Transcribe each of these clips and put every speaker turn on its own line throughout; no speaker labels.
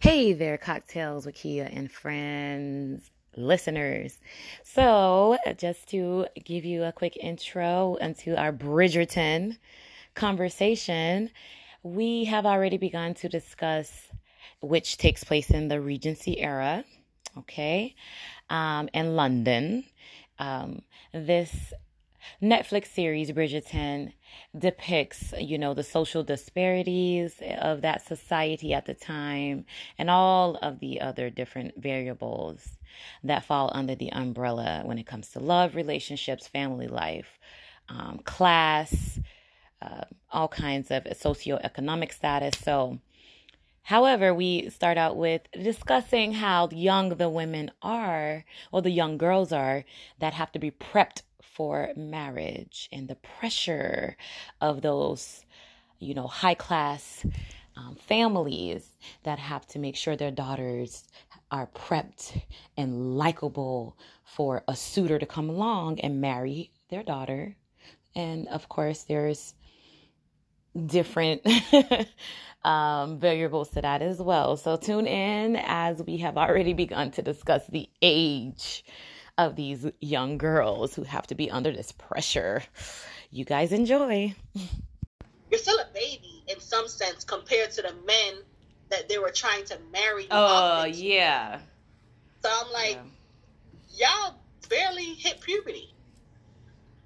Hey there, cocktails with Kia and friends, listeners. So, just to give you a quick intro into our Bridgerton conversation, we have already begun to discuss which takes place in the Regency era, okay, um, and London. Um, this Netflix series Bridgerton depicts, you know, the social disparities of that society at the time and all of the other different variables that fall under the umbrella when it comes to love, relationships, family life, um, class, uh, all kinds of socioeconomic status. So, However, we start out with discussing how young the women are, or the young girls are, that have to be prepped for marriage and the pressure of those, you know, high class um, families that have to make sure their daughters are prepped and likable for a suitor to come along and marry their daughter. And of course, there's different. um, variables to that as well. So tune in as we have already begun to discuss the age of these young girls who have to be under this pressure. You guys enjoy.
You're still a baby in some sense compared to the men that they were trying to marry.
Oh, yeah.
So I'm like, yeah. y'all barely hit puberty.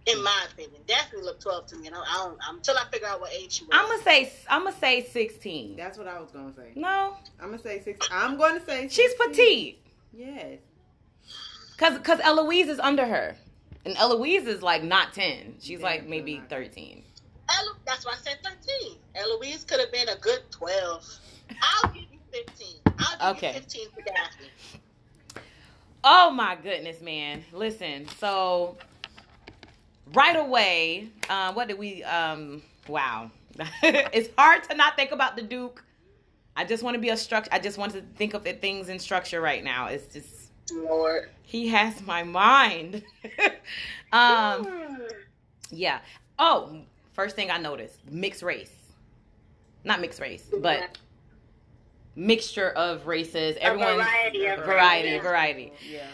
In my opinion, definitely look twelve to me, and I don't, I don't until I figure out what age you.
I'm gonna say I'm gonna say sixteen.
That's what I was gonna say.
No,
I'm gonna say six. I'm gonna say
she's
16.
petite
Yes.
because because Eloise is under her, and Eloise is like not ten. She's
Yeah,
like
no,
maybe
not
thirteen.
Elo- that's why I said 13. Eloise could have been a good 12. I'll give you 15. I'll give
Okay.
you 15 for Daphne.
Oh my goodness, man! Listen, so right away, uh, what did we? Um, wow, it's hard to not think about the Duke. I just want to be a structure. I just want to think of the things in structure right now. It's just
Lord.
he has my mind. um, Yeah. Oh, first thing I noticed mixed race. Not mixed race, but mixture of races. Everyone
variety of
variety,
races.
variety.
Yeah.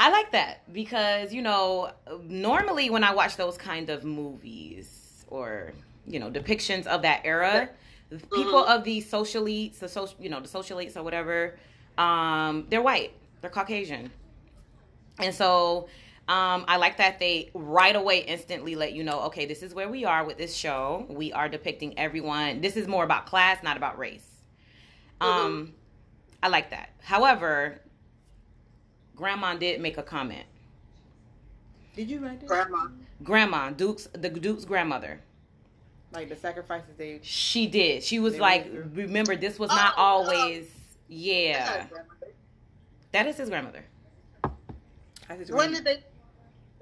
I like that because you know normally when I watch those kind of movies or you know depictions of that era, the people of the social elites, the social you know the social elites or whatever, um, they're white, they're Caucasian, and so. Um, I like that they right away instantly let you know, okay, this is where we are with this show. We are depicting everyone. This is more about class, not about race. Um, I like that. However, Grandma did make a comment.
Did you write that?
Grandma.
Grandma, Duke's the Duke's grandmother.
Like the sacrifices they.
She did. She was
They
like,
went through.
remember, this was not
Oh,
always.
That's
Yeah,
not grandmother.
that is his grandmother.
I said,
When did they?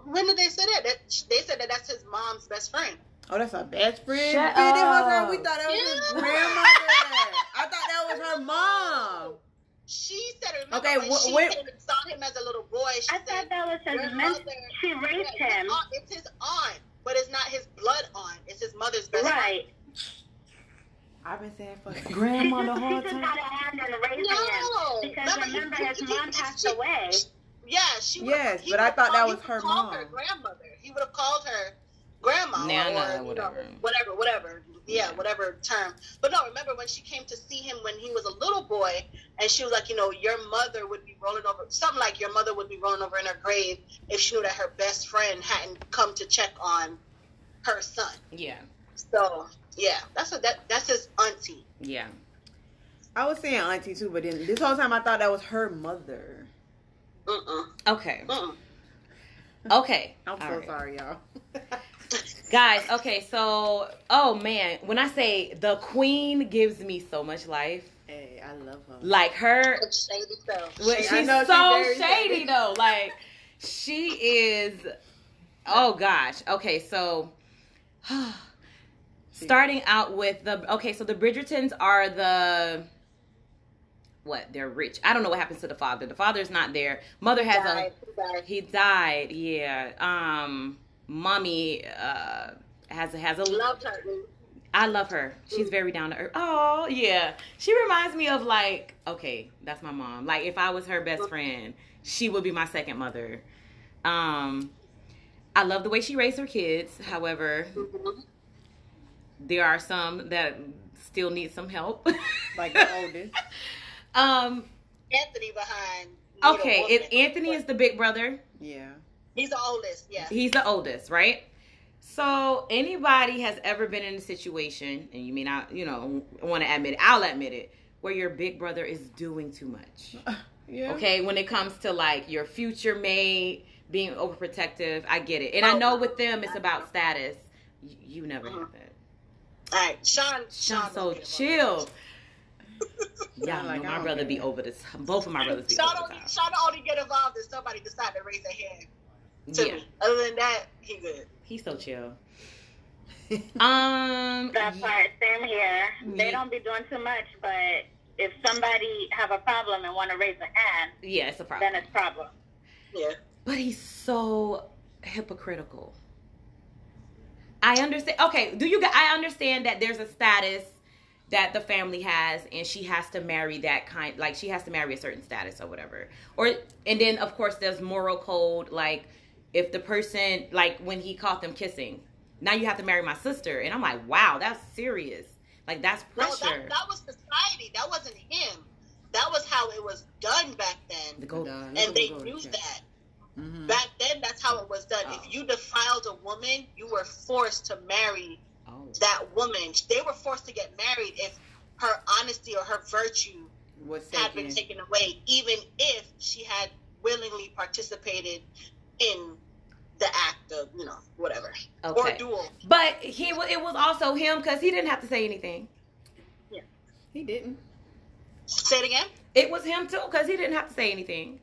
When did they say that? that? They said that that's his mom's best friend.
Oh, that's our best friend.
Shut
Been in her-
up.
We thought that was his
Yeah.
grandmother. I thought that was her mom.
She said, remember
Okay,
when
wh-
she
wait.
came and saw him as a little boy? She
I thought
said,
that was his
grandmother.
men- She raised
Yeah,
him.
His aunt, it's his aunt, but it's not his blood aunt. It's his mother's best
Right.
I've been saying fuck.
She
Grandma
just, she just had a hand in
friend.
raising
No,
him. Because
Remember, you-
remember,
you-
his
you-
mom
it's-
passed
she-
away.
Yeah, she. would-
Yes,
he
but I
would've
thought
called-
that
he
was her
would've called Her
mom.
grandmother. He would have called her grandma
Nana,
or, you know,
whatever.
whatever, whatever. Yeah,
Yeah.
whatever term. But no, remember when she came to see him when he was a little boy, and she was like, you know, your mother would be rolling over, something like your mother would be rolling over in her grave if she knew that her best friend hadn't come to check on her son.
Yeah,
So yeah, that's what that that's his auntie.
yeah.
I was saying auntie too, but then this whole time I thought that was her mother.
Mm-mm,
Okay,
mm-mm.
okay.
I'm
All
so
right.
sorry, y'all.
guys. Okay, so oh man, when I say the queen gives me so much life,
Hey, I love her.
like her
Shady self.
Well,
Shady.
she's
I know she's
so
very
shady,
shady.
though. Like she is. Oh gosh. Okay, so starting out with the okay, so the Bridgertons are the what? They're rich. I don't know what happens to the father. The father's not there. Mother has
Died,
a he died. Yeah. Um. mommy uh, has has a
Loved her.
I love her.
Mm.
She's very down to earth. Oh yeah, she reminds me of like okay, that's my mom. Like if I was her
Mm.
best friend, she would be my second mother. Um, I love the way she raised her kids. However,
Mm.
Mhm.
there are some that still need some help.
Like the oldest.
um,
Anthony behind. you know,
okay,
woman.
if Anthony is the big brother,
Yeah.
He's the oldest. Yeah.
he's the oldest, right? So anybody has ever been in a situation, and you may not, you know, want to admit it. I'll admit it, where your big brother is doing too much.
Yeah.
Okay, when it comes to like your future mate being overprotective, I get it, and I know with them it's about status. You, you never have that.
All right, Sean.
Sean,
Sean
so
don't get about
chill. Yeah,
I'm like, I
my
don't
brother
get
be
it.
over this. Both of my brothers
that.
be
Sean
over
only,
this.
Sean only get involved if somebody decide to raise their hand. To
Yeah,
me. Other than that, he good.
he's so chill. Um,
That part, same here.
Yeah.
They don't be doing too much, but if somebody have a problem and want to raise a hand,
yeah, it's a problem.
then it's problem.
Yeah.
But he's so hypocritical. I understand. Okay, do you? g- I understand that there's a status that the family has, and she has to marry that kind. Like she has to marry a certain status or whatever. Or and then of course there's moral code. Like if the person, like when he caught them kissing, now you have to marry my sister, and I'm like, wow, that's serious. Like that's
No,
pressure.
that, that was society. That wasn't him. That was how it was done back then.
the gold.
And they knew that.
Mm-hmm.
Back then, that's how it was done.
Mm. Oh.
If you defiled a woman, you were forced to marry
Oh.
that woman. They were forced to get married if her honesty or her virtue
What's
had been
taken?
taken away, even if she had willingly participated in the act of, you know, whatever. Or
Oh, Okay.
duel.
But he wa- it was also him because he didn't have to say anything.
He didn't.
Say it again.
It was him too, because he didn't have to say anything.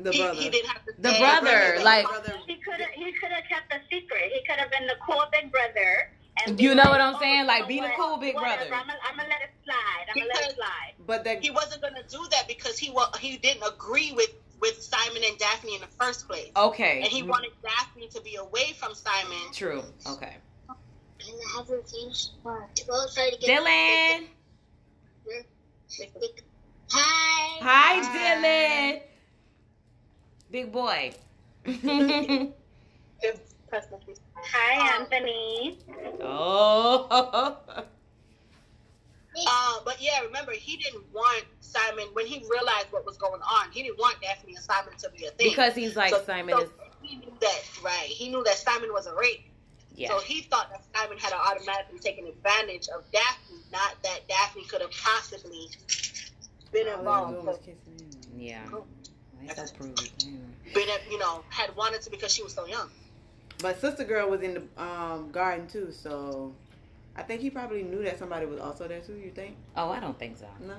The
he,
brother.
he didn't have to
The
say-
brother, like-
brother.
He could have he could have kept a secret. He could have been the cool big brother. And
You
be
know
like,
what I'm
"Oh,
saying?
you
Like,
know
be the
what?
cool big
Whatever.
brother."
I'm gonna I'm gonna let it slide. I'm gonna let
Because-
it slide.
But that
he wasn't going to do that because he wa- he didn't agree with with Simon and Daphne in the first place,
Okay.
and he wanted Daphne to be away from Simon.
True. Okay.
And I haven't finished one. Well, sorry to get
Dylan.
Hi.
Hi, Dylan.
Hi.
Big boy.
Hi, Anthony.
oh.
Uh, but yeah, remember he didn't want Simon when he realized what was going on. He didn't want Daphne and Simon to be a thing
Because he's like
So-
Simon
so
is.
He knew that right. He knew that Simon was a rape,
Yeah.
so he thought that Simon had automatically taken advantage of Daphne, not that Daphne could have possibly been
Oh,
involved.
was kissing him.
yeah.
Oh.
I so prude. Anyway.
been, you know, had wanted to because she was so young.
But sister girl was in the um, garden too, so I think he probably knew that somebody was also there too. You think?
Oh, I don't think so.
No.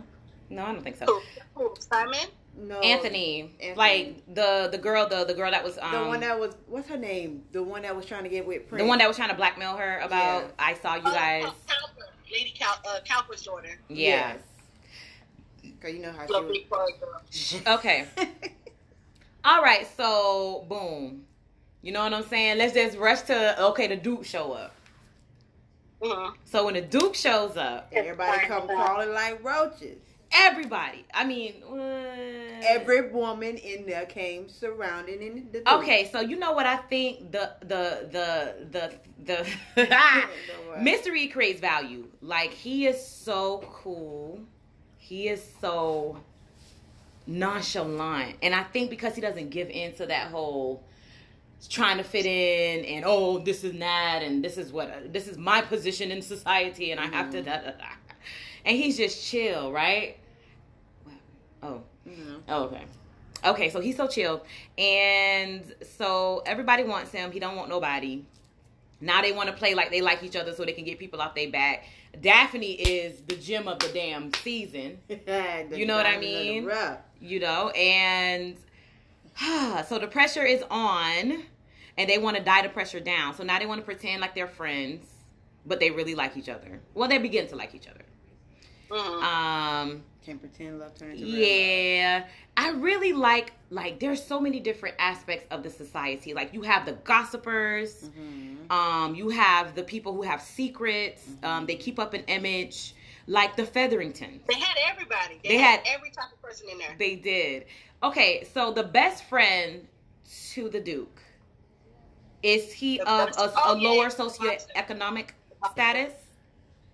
No, I don't think so.
Who? Who? Simon?
No.
Anthony,
Anthony.
like the the girl, the the girl that was um,
The one that was what's her name? The one that was trying to get with Prince.
the one that was trying to blackmail her about.
Yeah.
I saw you
Oh,
guys.
Cal- Cowper. Lady Cal, uh, Cowper's daughter.
Yeah.
Yes. Cause you know how she
Lovely
was.
Florida girl.
Okay. All right, so boom. You know what I'm saying? Let's just rush to okay, the Duke show up.
Mhm.
So when the Duke shows up,
Everybody come crawling like roaches.
everybody, I mean, uh,
Every woman in there came surrounding in the. door.
Okay, so you know what I think the the the the
Don't
the
worry.
mystery creates value. Like he is so cool. He is so nonchalant. And I think because he doesn't give in to that whole trying to fit in and oh this is that and this is what this is my position in society and I have to da, da, da. and he's just chill, right? Oh,
Mhm.
Oh, okay. Okay, so he's so chill. And so everybody wants him. He don't want nobody. Now they want to play like they like each other so they can get people off their back. Daphne is the gem of the damn season,
The
You know what I
diamond of the
mean?
rough.
you know? And so the pressure is on and they want to die the pressure down. So now they want to pretend like they're friends, but they really like each other. Well, they begin to like each other.
Mhm.
Um,
Can pretend love turns to real love.
Yeah, I really like like there's so many different aspects of the society. Like you have the gossipers,
Mm-hmm.
Mhm.
um, you have the people who have secrets. Um, they keep up an image, like the Featheringtons.
They had everybody. They,
They
had,
had-
every type of person in there.
They did. Okay, so the best friend to the Duke is he
The
of
best-
a, a
oh, yeah,
lower
yeah.
socioeconomic status?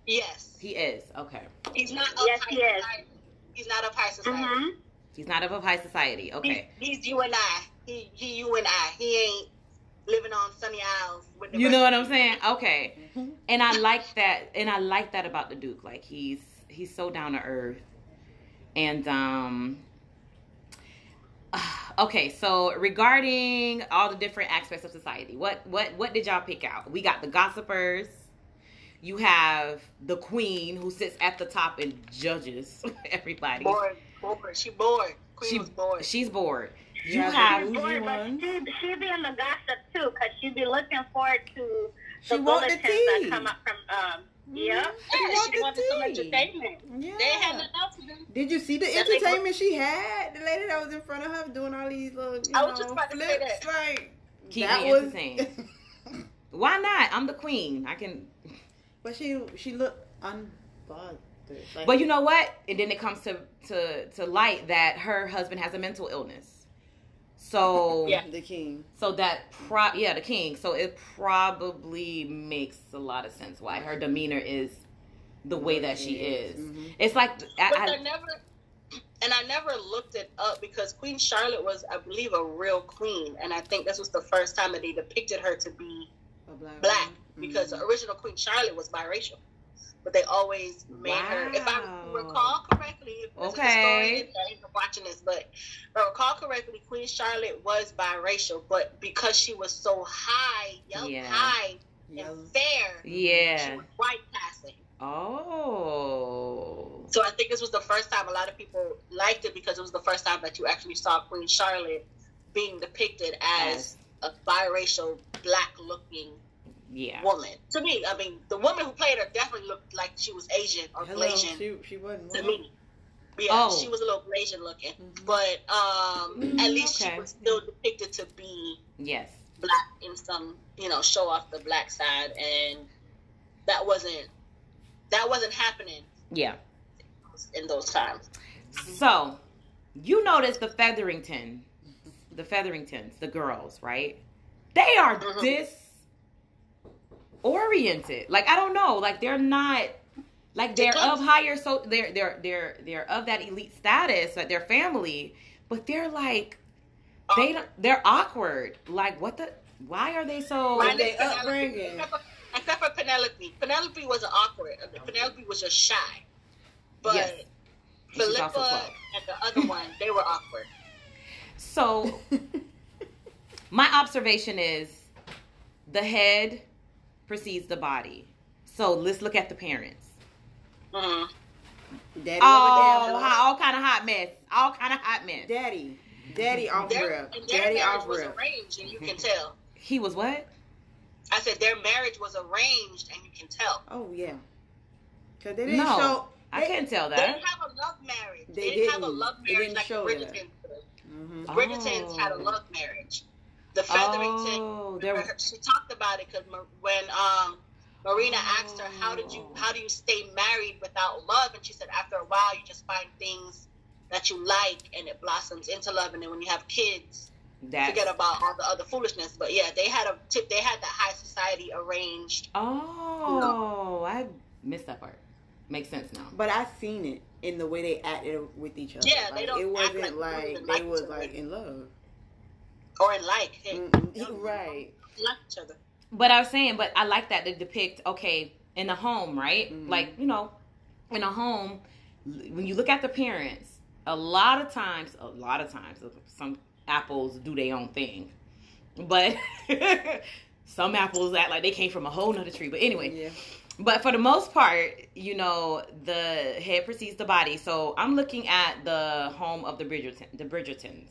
Yes.
He is. Okay,
He's not of
Yes,
high
he is.
society. He's not of high society.
Mm-hmm.
he's not of a high society.
He's,
Okay,
he's you and I. He, he you and I. He ain't living on sunny isles with the
you know
rest
what I'm saying? Okay. and I like that, and I like that about the Duke. Like he's he's so down to earth, and um. Okay, so regarding all the different aspects of society, what what what did y'all pick out? We got the gossipers. You have the queen who sits at the top and judges everybody.
bored. Bored. She bored. Queen
She-
was bored.
She's bored. You
Yeah,
have
Bougie
Boy, but
one.
she she be in the gossip too, cause she be looking forward to
She
the
want the
bulletins that
tea.
come up from um.
Mm-hmm.
Yeah,
She want
she
the
wanted some
tea.
entertainment.
Yeah.
They had nothing else to do.
Did you see the
That they-
entertainment she had? The lady that was in front of her doing all these little, you
I
know,
was just about to say that.
flips, like
Keep
that
me
was.
entertained. Why not? I'm the queen. I can.
but she she looked unbothered. Like,
But you know what? And then it comes to to to light that her husband has a mental illness. So
Yeah.
the king.
so that pro yeah the king. So it probably makes a lot of sense why her demeanor is the way that she is.
Mhm.
It's like I,
But
I-
I never, and I never looked it up because Queen Charlotte was, I believe, a real queen, and I think this was the first time that they depicted her to be
A black.
black
woman.
because
Mhm.
the original Queen Charlotte was biracial, but they always made her. If I
Wow.
recall correctly, if this is a
Okay.
story, I ain't watching this, but if I recall correctly, Queen Charlotte was biracial, but because she was so high, young,
Yeah.
high,
Mm-hmm. Yellow.
and fair, she
yeah.
was white passing.
Oh.
So I think this was the first time a lot of people liked it because it was the first time that you actually saw Queen Charlotte being depicted as a biracial, black-looking
Yeah.
woman. To me, I mean, the woman who played her definitely looked like she was Asian or
Hello,
Blasian
she she wasn't.
to
white.
me. Yeah,
Oh.
she was a little Blasian looking,
Mhm.
but um,
Mm,
at least
okay.
she was still depicted to be
Yes.
black in some, you know, show off the black side, and that wasn't that wasn't happening
Yeah.
in those times.
So, you notice the Featherington, the Featheringtons, the girls, right? They are
Mhm.
disoriented. Like I don't know. Like they're not. Like they're of higher, so they're they're they're they're of that elite status, like their family, but they're like
Um,
they don't, they're awkward. Like what the? Why are they so?
Minus
they
Penelope.
upbringing.
Except for- Except for Penelope. Penelope wasn't awkward. Penelope was just shy. But
Yes. She's also
Philippa
twelve.
and the other one, they were awkward.
So my observation is the head precedes the body. So let's look at the parents.
Mm-hmm.
Mhm.
Daddy, over
Oh,
there,
hi- all kind of hot mess. All kind of hot mess.
Daddy, daddy off
Their,
rip,
and their
daddy
marriage
off Mm-hmm.
was
rip.
arranged, and you can tell.
He was what?
I said their marriage was arranged, and you can tell.
Oh yeah, cause they didn't
No,
show.
I
they-
can't tell
They didn't
that.
have a love marriage. They,
They
didn't, have a
didn't.
love
They
marriage
didn't
like the
show that.
Bridgertons did.
Mhm.
Mm-hmm.
The Bridgertons had a
Oh.
love marriage. The Featherington
Oh,
Her-
there.
she talked about it because when um, Marina asked her, "How did you
Oh.
how do you stay married without love?" and she said, "After a while, you just find things that you like, and it blossoms into love. And then when you have kids,
That's,
forget about all the other foolishness." But yeah, they had a tip. They had the high society arranged.
oh, I missed that part. Makes sense now.
But I seen it in the way they acted with each other.
Yeah,
like,
they don't
It
act
wasn't
like they
like,
even
they
like
was
each other.
like in love.
Or in like, hey,
Mm, Right.
like each other.
But I was saying, but I like that to depict, okay, in a home, right?
Mhm.
Like, you know, in a home, l- when you look at the parents, a lot of times, a lot of times, some apples do their own thing. But some apples act like they came from a whole nother tree. But anyway,
Yeah.
but for the most part, you know, the head precedes the body. So I'm looking at the home of the Bridgerton, the Bridgertons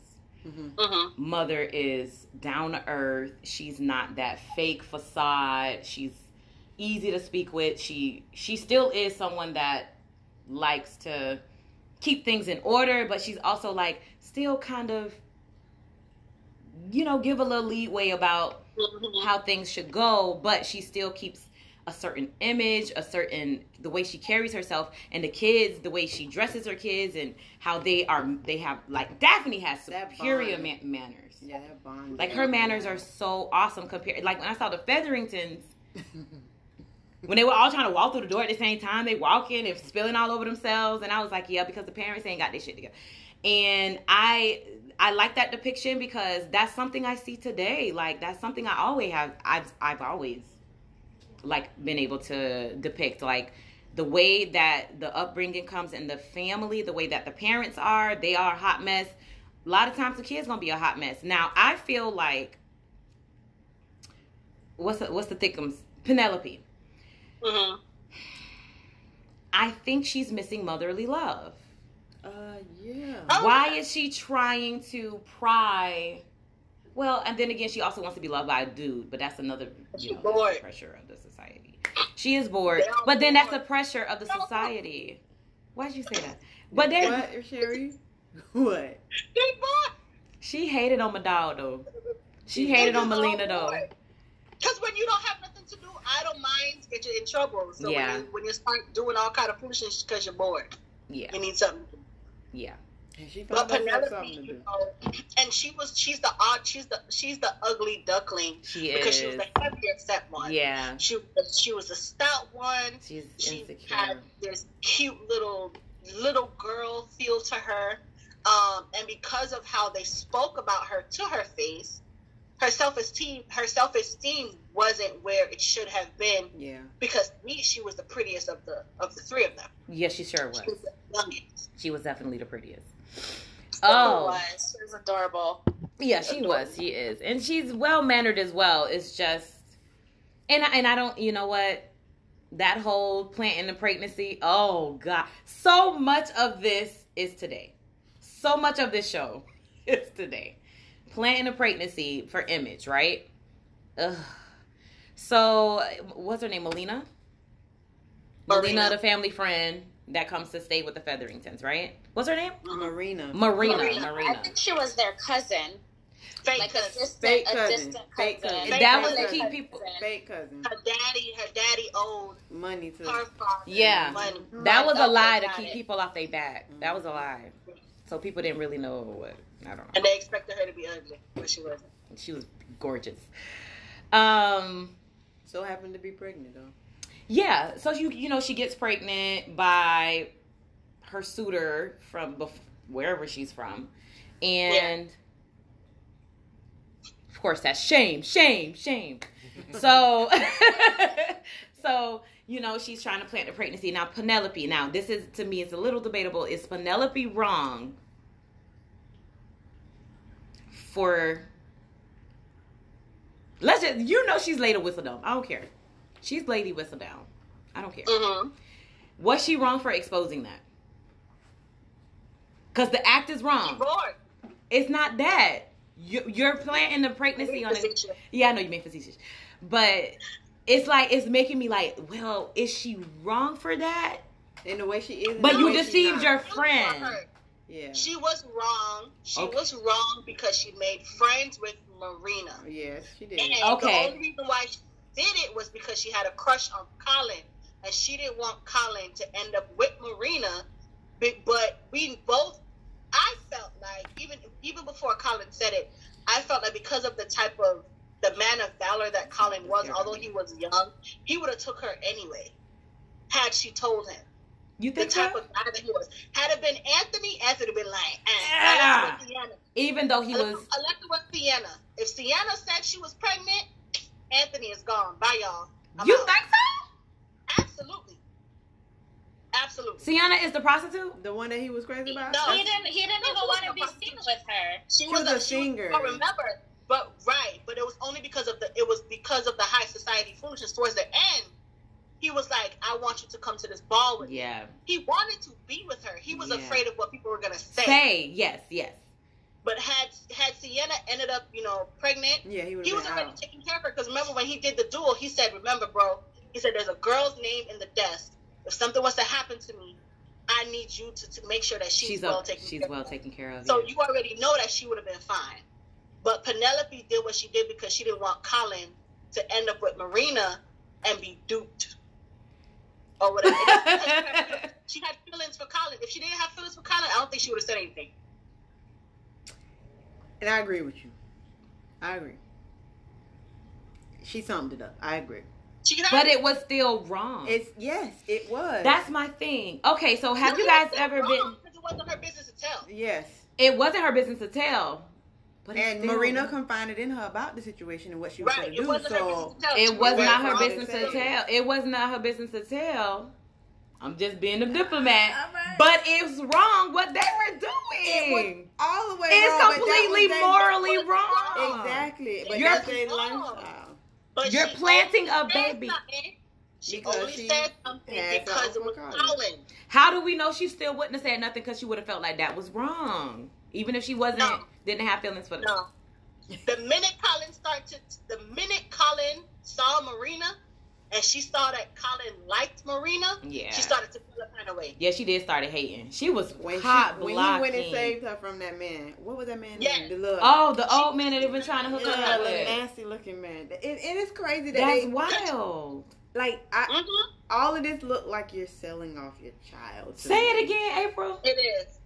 hmm
hmm
mother is down to earth. She's not that fake facade. She's easy to speak with. She she still is someone that likes to keep things in order, but she's also like still kind of, you know, give a little leeway about
Mm-hmm.
how things should go, but she still keeps a certain image, a certain the way she carries herself, and the kids, the way she dresses her kids, and how they are they have like Daphne has
That
superior
bond.
man- manners.
Yeah, that bond.
Like her manners are so awesome compared. Like when I saw the Featheringtons, when they were all trying to walk through the door at the same time, they walking and spilling all over themselves, and I was like, yeah, because the parents ain't got this shit together. And I I like that depiction because that's something I see today. Like that's something I always have. I've I've always like been able to depict like the way that the upbringing comes in the family the way that the parents are they are a hot mess a lot of times the kids gonna be a hot mess now i feel like what's the, what's the thickums penelope
Mhm.
i think she's missing motherly love
Uh, yeah.
Oh,
why is she trying to pry well and then again she also wants to be loved by a dude but that's another you
She
know, that's the
bored.
pressure of the society she is bored
They all
but then that's the
bored.
pressure of the society why'd you say that but then
What, Sherry? What?
They bored.
she hated on Madal though she hated on melina though
Because when you don't have nothing to do, I don't mind get you in trouble. So
Yeah.
when, you, when you start doing all kind of foolishness because you're bored,
yeah
you need something.
yeah
And she
But
found herself
Penelope,
something to
you
do.
know, and she was she's the odd she's the she's the ugly duckling
she
because
is
she was the heavier set one.
yeah
She was she was the stout one.
she's
She
insecure
had this cute little little girl feel to her. Um, and because of how they spoke about her to her face, her self esteem her self esteem wasn't where it should have been
Yeah.
because to me she was the prettiest of the of the three of them.
yeah she sure
She was
was
the youngest.
she was definitely the prettiest
She
oh
was. She was adorable.
Yeah, she was. She is, and she's well mannered as well. It's just, and I, and I don't, you know what? That whole planting the pregnancy. Oh God, so much of this is today. So much of this show is today. Planting the pregnancy for image, right? Ugh. So what's her name? Melina. Melina,
Marina.
the family friend that comes to stay with the Featheringtons, right? What's her name?
Marina.
Marina.
Marina.
Marina.
I think she was their cousin,
Fake
like a
cousin.
distant,
Fake
a
cousin.
distant
Fake
cousin.
cousin.
That
was the
Fake
key
cousin.
people-
Fake cousin.
her daddy her daddy owned
Money too.
her father
Yeah.
money.
That was a
Okay,
lie to
got
keep
it.
people off their back. That was a lie. So people didn't really know what. I don't know.
And they expected her to be ugly, but she wasn't.
She was gorgeous. Um.
So happened to be pregnant though.
Yeah. So you you know she gets pregnant by her suitor from bef- wherever she's from, and of course that's shame, shame, shame. So so you know she's trying to plant the pregnancy now. Penelope. Now this is to me is a little debatable. Is Penelope wrong for? Let's just you know she's Lady Whistledown. I don't care. She's Lady Whistledown. I don't care.
Mm-hmm.
Was she wrong for exposing that? Because the act is wrong.
Bored.
It's not that. You- You're planting the pregnancy on it.
Position.
Yeah, I know you mean facetious. But it's like, it's making me like, well, is she wrong for that?
And the way she is. and
But
the
you
way she's
deceived
not.
your
Good for
friend.
her.
Yeah.
She was wrong. She
Okay.
was wrong because she made friends with Marina.
Yes, she did.
And
Okay.
the only reason why she did it was because she had a crush on Colin, and she didn't want Colin to end up with Marina. But- But we both, I felt like even even before Colin said it, I felt like because of the type of the man of valor that Colin was, although he was young, he would have took her anyway, had she told him
You
the
think
type
so?
of guy that he was. Had it been Anthony, Anthony would have been like,
Yeah.
"Ah, eh, yeah.
Even though he
Alexa,
was,
was... Alexa was Sienna. If Sienna said she was pregnant, Anthony is gone. Bye, y'all. I'm
you
out.
think so?
Absolutely. Absolutely.
Sienna is the prostitute?
The one that he was crazy about.
No.
He didn't. He didn't even want to be seen with her.
she
was a
she was-
singer.
I remember, but right, but it was only because of the it was because of the high society foolishness. Towards the end, he was like, "I want you to come to this ball with me."
Yeah.
He wanted to be with her. He was
Yeah.
afraid of what people were gonna say.
Say, yes, yes.
But had had Sienna ended up, you know, pregnant,
Yeah, he would
he
have
was
been
already
out.
taking care of her because remember when he did the duel, he said, "Remember, bro," he said, "There's a girl's name in the desk. If something was to happen to me, I need you to, to make sure that she's,
she's
well
up.
taken.
She's
care
well
of.
taken care of.
So
yeah.
you already know that she would have been fine. But Penelope did what she did because she didn't want Colin to end up with Marina and be duped or whatever. she had feelings for Colin. If she didn't have feelings for Colin, I don't think she would have said anything.
And I agree with you. I agree. She summed it up. I agree.
She got
but it was still wrong.
It's yes, it was.
Mm. That's my thing. Okay, so have
No,
you
it
guys
wasn't
ever
wrong,
been?
'cause It wasn't her business to tell.
yes.
It wasn't her business to tell. But it's
And
still-
Marina confided in her about the situation and what she was
Right. It
going to
wasn't
do.
her business
So
to tell. She
It was
went
not her
wrong.
Right.
business to tell. It was not her business to tell. I'm just being a diplomat.
All right.
But it's wrong what they were
it was
doing.
all the way.
It's
wrong, but
completely
that
morally
was
was their-
wrong.
Exactly. But
You're-
that's their
wrong.
lifestyle.
But
You're
she
planting a
only said
baby.
something- She
Because
only
she
said something
had
because it
something
was
for
Colin.
How do we know she still wouldn't have said nothing because she would have felt like that was wrong, even if she wasn't
No.
didn't have feelings for them.
No. The minute Colin started, the minute Colin saw Marina, and she saw that Colin liked Marina,
Yeah.
she started to feel a kind of way.
Yeah, she did started hating. She was
When, she,
hot
when he
blocking.
went and saved her from that man, what was that man?
Yeah.
named? The little,
oh, the old man that had been trying to hook
yeah,
her up
little
with.
nasty looking man. It, it is crazy that
That's
they,
wild.
like I,
Mhm.
all of this looked like you're selling off your child. to
Say
me.
it again, April.
It is.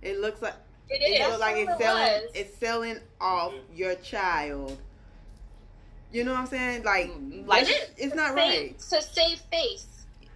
It looks like
It
it
is.
looks like it's
That's what
selling
was.
it's selling off your child. You know what I'm saying? Like
Mm-hmm.
Like
it's not
Save,
right.
so save face.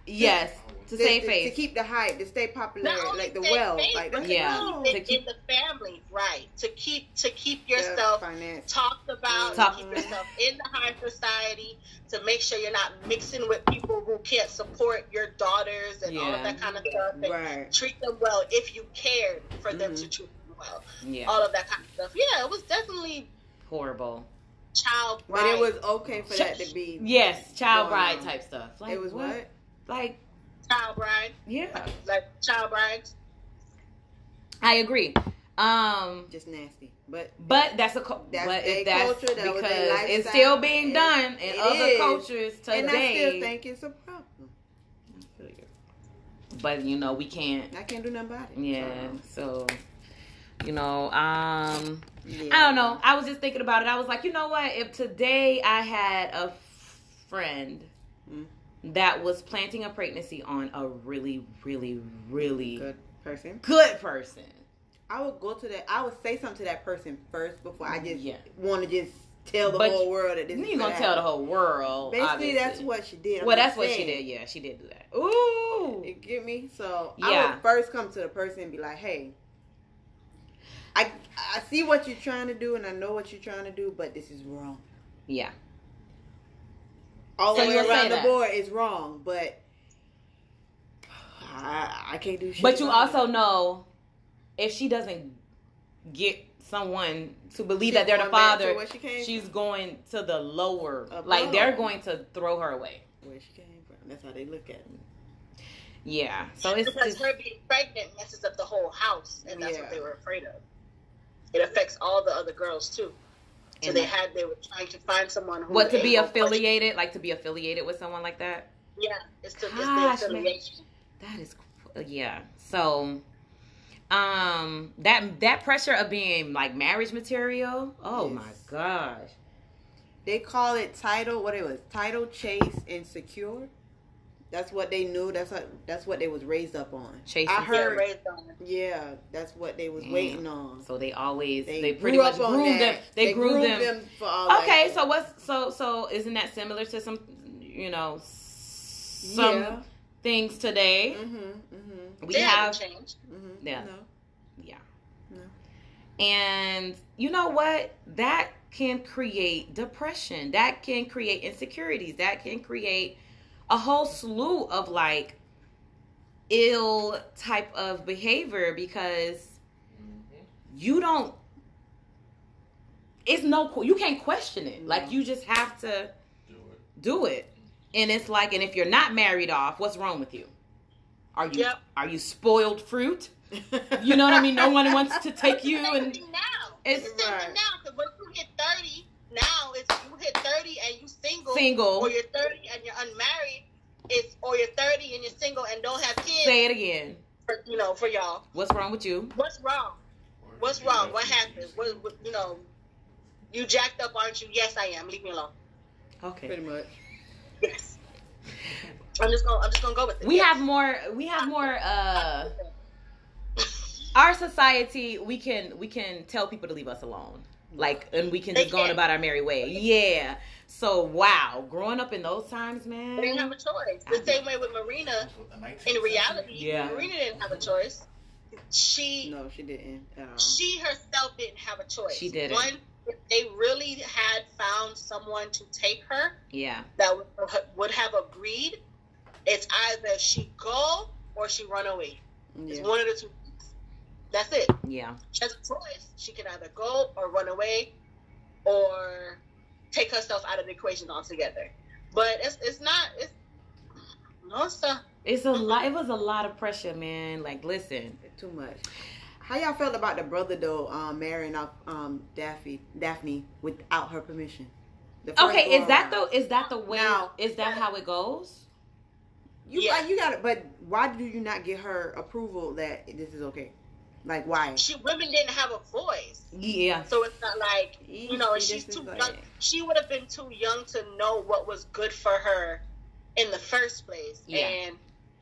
yes, to
To-
save
to-
face.
To keep the hype, to stay popular,
Not only
like the
save
wealth,
face,
like
but
that's
to
Yeah.
no.
keep
To
it
keep-
in the family, right? To keep to keep
The
yourself
finance.
talked about,
Talk-
to keep yourself in the high society, to make sure you're not mixing with people who can't support your daughters and all
Yeah.
of that kind of stuff. And
Right.
Treat them well if you cared for them to
Mhm.
treat them well.
Mm-hmm. yeah,
All of that kind of stuff. Yeah, it was definitely
horrible.
child
But
bride.
it was okay for that to be
Yes, child
Wow.
bride type stuff. Like
it was what?
Like
child bride,
yeah,
like child brides.
I agree. Um,
Just nasty. But
But that's a cul-
That's
but
their
if that's
culture, that was
because
their
it's
lifestyle,
still being
it-
done in
it
other
is.
cultures today.
and I still think it's a problem.
but you know we can't.
I can't do nothing about it.
Yeah,
So,
so you know, um,
yeah.
I don't know. I was just thinking about it. I was like, you know what? If today I had a friend
Mm.
that was planting a pregnancy on a really, really, really
Good person.
good person,
I would go to that. I would say something to that person first before I just
Yeah.
want to just tell the
But
whole world that this.
you
is
ain't gonna
what
tell the
happened.
whole world.
Basically, that's
obviously.
what she did. I'm
Well,
just
that's what she
saying.
did. Yeah, she did do that. Ooh.
You get me? So I
Yeah.
would first come to the person and be like, "Hey, I I see what you're trying to do, and I know what you're trying to do, but this is wrong.
Yeah.
All
So
the way
you'll say
around the
that.
board is wrong, but." I, I can't do shit.
But you
about it."
also know if she doesn't get someone to believe that
She's
they're the
going back to
father,
where she came
she's going to the lower.
Above.
Like they're going to throw her away.
where she came from. That's how they look at it.
Yeah. So it's
because
just
her being pregnant messes up the whole house, and that's
Yeah.
what they were afraid of. It affects all the other girls too. So
And
they
that-
had they were trying to find someone who
what
they
to be
will question.
affiliated, like to be affiliated with someone like that.
Yeah, it's to it's the
Gosh, man.
affiliation.
That is, cr- yeah. So, um, that that pressure of being like marriage material. Oh my
Yes.
gosh.
They call it title. What it was? Title chase and secure. That's what they knew. That's what. That's what they was raised up on.
Chase
I
and
Yeah,
heard.
raised on it.
Yeah, that's what they was
Damn.
waiting on.
So they always they,
They,
pretty
grew
much
up on
grew
that.
them. They, grew,
groomed
them
for all.
Okay,
that.
so what's so so isn't that similar to some you know s- some
yeah.
things today?
Mhm. Mhm.
We
They haven't
have
changed.
Mhm.
Yeah.
No.
and you know what? That can create depression. That can create insecurities. That can create a whole slew of like ill type of behavior because you don't it's no you can't question it. Like
No.
you just have to do it. And it's like, and if you're not married off, what's wrong with you? Are you
Yep.
are you spoiled fruit? You know what I mean? No one wants to take you and
Same now.
It's-
It's the same
Right.
thing now because when you hit thirty, now it's you hit thirty and you single, Oh,
single.
or you're thirty and you're unmarried. It's or you're thirty and you're single and don't have kids.
Say it again.
for, you know, for y'all.
What's wrong with you?
What's wrong? What's wrong? What happened? What, what you know? You jacked up, aren't you? Yes, I am. Leave me alone.
Okay.
Pretty much.
Yes. I'm just gonna I'm just gonna go with it.
We have more. We have more. uh Our society, we can we can tell people to leave us alone. Like, and we can
They
just go on
can.
about our merry way. Yeah. So wow, growing up in those times,
They didn't have
man.
a choice. The same way with Marina. In reality,
Yeah.
Marina didn't have a choice. She
No, she didn't. At all.
she herself didn't have a choice.
She didn't.
One, if they really had found someone to take her
Yeah.
that would, would have agreed, it's either she go or she run away. It's
Yeah.
one of the two. That's it.
Yeah.
She has a choice. She can either go or run away, or take herself out of the equation altogether. But it's it's not it's no sir.
It's a lot. It was a lot of pressure, man. Like, listen.
Too much. How y'all felt about the brother though um, marrying off um, Daphne Daphne without her permission? The first
Okay, is that
go-around.
the is that the way?
Now-
Is that how it goes?
you? uh,
Yeah.
You got it, but why do you not get her approval that this is okay? Like why?
She women didn't have a voice,
Yeah.
so it's not like you know. And
See,
she's
this
too
is like-
young. She would have been too young to know what was good for her in the first place.
Yeah.
And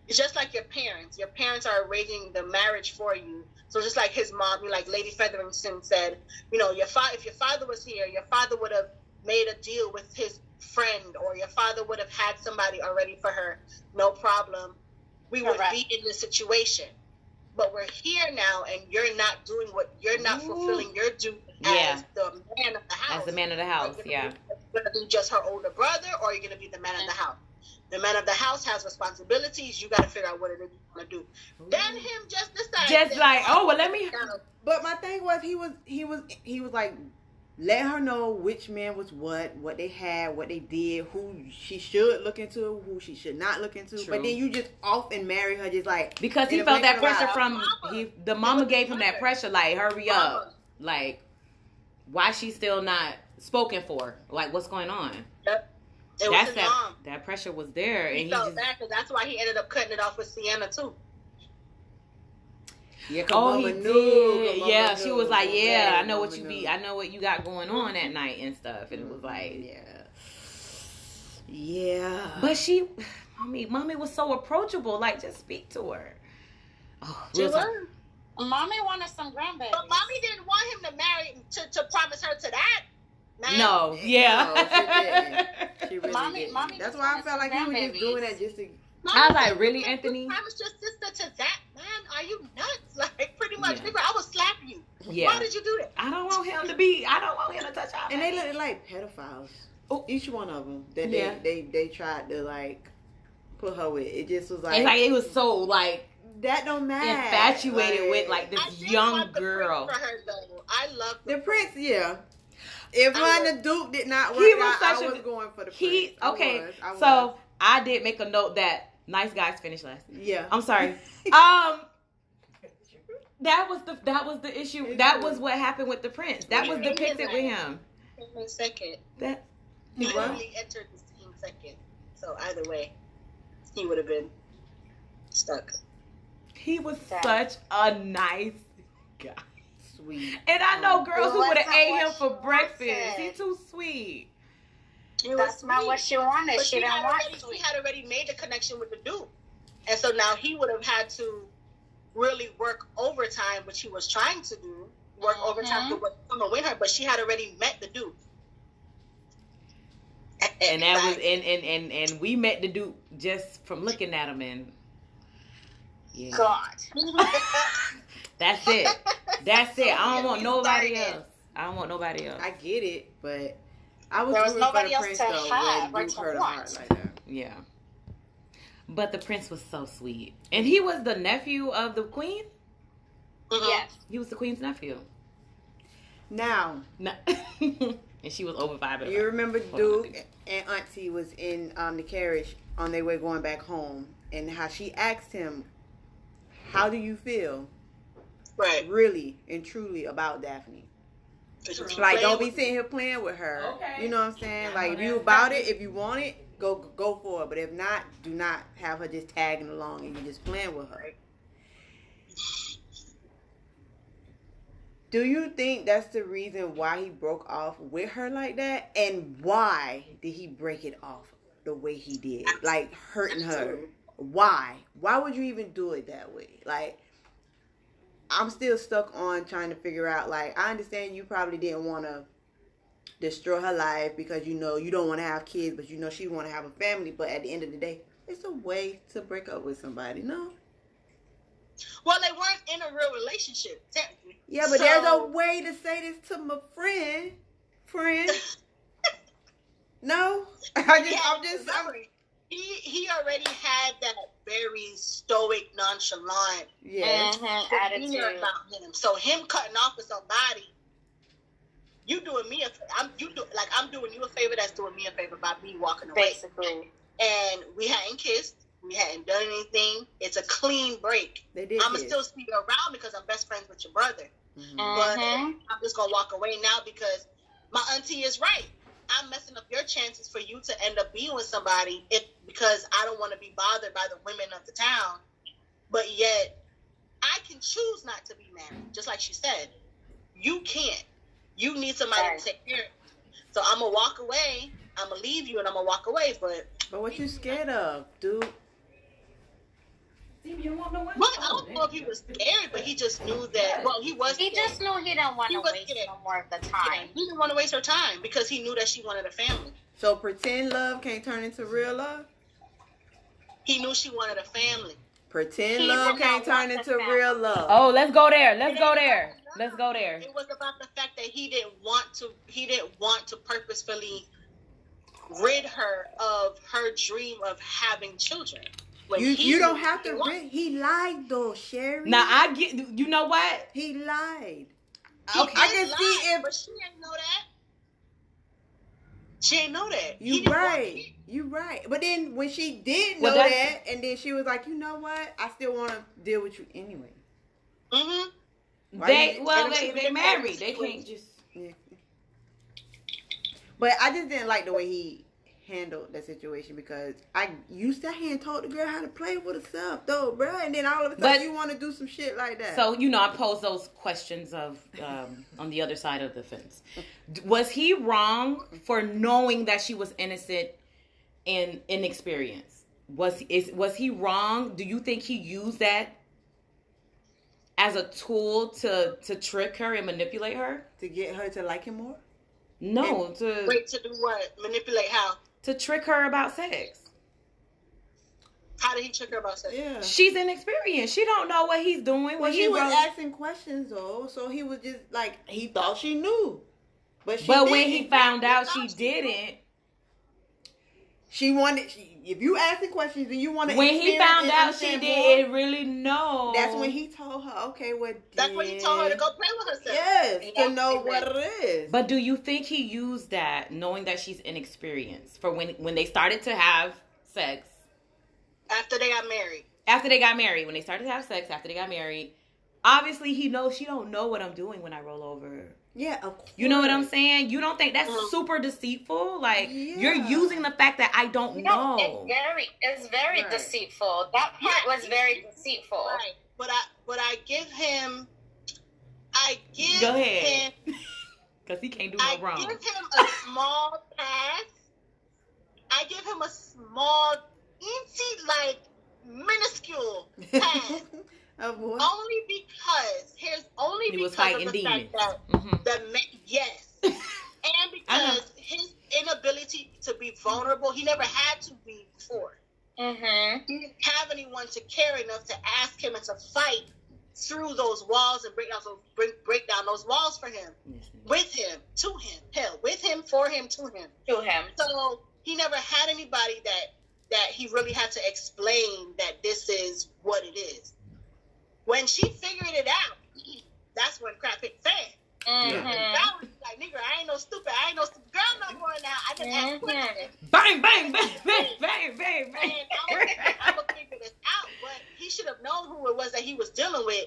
it's just like your parents. Your parents are arranging the marriage for you. So just like his mom, you like Lady Featherington said, you know, your fa- if your father was here, your father would have made a deal with his friend, or your father would have had somebody already for her. No problem. We would
Correct.
be in this situation. But we're here now, and you're not doing what you're not
Ooh.
fulfilling your duty
Yeah.
as the man of the house.
As the man of the house. Yeah. Mm.
You're gonna be just her older brother, or you're gonna be the man of the house. The man of the house has responsibilities. You gotta figure out what it is you wanna do. Then him just decide.
Just like, oh well, let me.
But my thing was he was he was he was like let her know which man was what, what they had, what they did, who she should look into, who she should not look into.
True.
But then you just off and marry her just like
Because he
in a
felt that
blink of
pressure
an eye.
from
Mama.
he, the mama
was
gave him that
mother.
pressure, like hurry
Mama.
up, like why she still not spoken for, like what's going on?
Yep. It was
That's
his
that
mom.
that pressure was there, and
He
he
felt
just
bad 'cause that's why he ended up cutting it off with Sienna too.
Yeah, 'cause
oh
mama
he
knew, 'cause
did,
mama
yeah. She
knew,
was like,
mama
yeah,
knew,
I know what
mama
you
knew.
be, I know what you got going on that night and stuff, and it was like,
yeah, yeah.
But she, mommy, mommy was so approachable. Like, just speak to her. Oh,
She
real talk.
was.
Mommy wanted some grandbabies.
But mommy didn't want him to marry to, to promise her to that. man.
no, yeah.
she really
Mommy-
didn't.
mommy
That's
just
why I
wanted
felt like
some
he was just doing
grandbabies.
that just to.
Mommy
I was
said,
like, really,
"You
Anthony?
Promised your sister to that man? Are you nuts? Like pretty much,
Yeah.
They were, I would slap you. Why
yeah.
did you do that?
I don't want him to be. I don't want him to touch our.
And they
baby.
looked like pedophiles.
Oh.
Each one of them that
Yeah.
they, they they tried to like put her with. It just was like,
It's like it was so like
that don't matter.
infatuated with like
I
this
did
young
love the prince
girl.
For her though, I love
the prince. Yeah. If
I
mine the Duke did not work
He was
out, I
such a-
was going for the
He
prince. I
okay.
was, I was.
So I did make a note that nice guys finish last.
yeah,
I'm sorry. Um that was the that was the issue.
It
That
was.
was what happened with the prince. That was
Yeah.
depicted with him.
the second.
That
He
Wow.
literally entered the team second, so either way, he would have been stuck.
he was
That-
such a nice guy.
sweet.
And I know
Oh,
girls who
Well,
would
that's
have
not
ate
what
him
she
for breakfast.
wanted.
He too sweet.
He was
That's not
sweet,
what she wanted.
but
She didn't
had
want
already,
to.
She had already made the connection with the dude, and so now he would have had to really work overtime, which he was trying to do. Work
Mhm.
overtime to what- come and win her, but she had already met the dude.
And that was
Like,
and and and and we met the dude just from looking at him and yeah.
God.
That's it. That's it. I don't want
You
nobody
started.
else. I don't want nobody else.
I get it, but I was
There was
rooting
nobody
for
else
the prince
to
though.
have
when
or
Duke
to
hurt her
want.
heart like that.
Yeah. But the prince was so sweet. And he was the nephew of the queen?
mhm.
Yes.
He was the queen's nephew.
Now
No. and she was over vibing.
You remember
Hold on,
Duke
baby.
and Auntie was in um, the carriage on their way going back home, and how she asked him, "How do you feel,
Right.
really and truly, about Daphne? Like, don't be sitting here playing with her.
Okay.
You know what I'm saying?
I
Like,
know
if you
that's
about
right.
it, if you want it, go go for it. But if not, do not have her just tagging along and you just playing with her." Do you think that's the reason why he broke off with her like that? And why did he break it off the way he did? Like hurting her. Why? Why would you even do it that way? Like I'm still stuck on trying to figure out like I understand you probably didn't want to destroy her life because you know you don't want to have kids, but you know she want to have a family, but at the end of the day, it's a way to break up with somebody. No.
Well, they weren't in a real relationship, technically.
Yeah, but
So-
there's a way to say this to my friend. Friend. no. I just,
Yeah,
I'm just, I'm,
remember, he he already had that very stoic, nonchalant
yeah.
attitude.
demeanor about him. So him cutting off with somebody, you doing me a I'm you do like I'm doing you a favor. That's doing me a favor by me walking away.
Basically,
And we hadn't kissed. We hadn't done anything. It's a clean break.
They did.
I'ma
this.
still see you around because I'm best friends with your brother.
Mhm.
But
hmm
I'm just gonna walk away now because my auntie is right. I'm messing up your chances for you to end up being with somebody if because I don't want to be bothered by the women of the town. But yet, I can choose not to be married, just like she said. You can't. You need somebody
Right.
to take care. of you. So I'm gonna walk away. I'm gonna leave you, and I'm gonna walk away. But
But what you scared of, dude?
well, I don't know if he was scared, but he just knew that. Well, he was.
he
scared.
just knew he didn't want
He
to
was
waste
scared.
no more of the time.
He didn't want to waste her time because he knew that she wanted a family.
So pretend love can't turn into real love.
He knew she wanted a family.
Pretend
He
love
will not
can't turn
want the
into
family.
real love.
Oh, let's go there. Let's go there. Let's go there.
It was about the fact that he didn't want to. He didn't want to purposefully rid her of her dream of having children. When
you
he
you don't
knew
have
he
to.
wanted-
Re- he lied though, Sherry.
Now I get. You know what?
he lied.
He
Okay, I
did
can
lie,
see if-
but she ain't know that. She ain't know that. He
You
didn't want
right.
it.
You right. But then when she did know
Well,
that,
that's-
and then she was like, you know what? I still want to deal with you anyway.
Mhm.
Why
They
you-
well,
why
they
you-
they married. They can't just.
Yeah. But I just didn't like the way he handled that situation because I used to hand told the girl how to play with herself though, bro. And then all of a sudden
But-
you want to do some shit like that.
So you know, I pose those questions of um, on the other side of the fence. D- Was he wrong for knowing that she was innocent and inexperienced? Was is was he wrong? Do you think he used that as a tool to to trick her and manipulate her?
to get her to like him more.
No, to
Wait to do what? Manipulate how?
to trick her about sex.
How did he trick her about sex?
Yeah.
She's inexperienced. She don't know what he's doing.
Well,
What
he
he
was
wrote.
asking questions though, so he was just like he thought she knew, but she
but when he
didn't.
found out she didn't,
she wanted. She, if you asking questions and you want to,
when he found out she um, didn't really know,
that's when he told her, okay, well,
That's when he told her to
then-
go play with herself.
Yes,
Yeah.
to know what it is.
But do you think he used that knowing that she's inexperienced for when when they started to have sex
After they got married.
after they got married? When they started to have sex after they got married, obviously he knows she don't know what I'm doing when I roll over.
yeah, of course.
You know what I'm saying? You don't think that's
Mhm.
super deceitful? Like you're
Uh-huh. Yeah.
using the fact that I don't
No,
know.
it's very, it's very
Right.
deceitful. That part
Yeah.
was very deceitful.
Right. But I but I give him I give
Go ahead.
him
Because he can't do
I
no wrong.
give him a small pass. I give him a small, incy, like minuscule pass.
of course.
only because here's only
He
because
was fighting
of the
demons.
fact that
Mhm.
the ma- yes, and because his inability to be vulnerable, he never had to be before.
Mm-hmm.
He didn't have anyone to care enough to ask him and to fight through those walls and break down those break, break down those walls for him, with him, to him, hell, with him, for him, to him.
To him.
So he never had anybody that that he really had to explain that this is what it is. When she figured it out, that's when crap hit fan.
Mm-hmm.
That was like, nigga, I ain't no stupid, I ain't no stupid girl no more now. I just ask
Mhm.
Mm-hmm.
questions.
Bang, bang, bang, bang, bang, bang,
And
bang.
I'm gonna figure this out. But he should have known who it was that he was dealing with.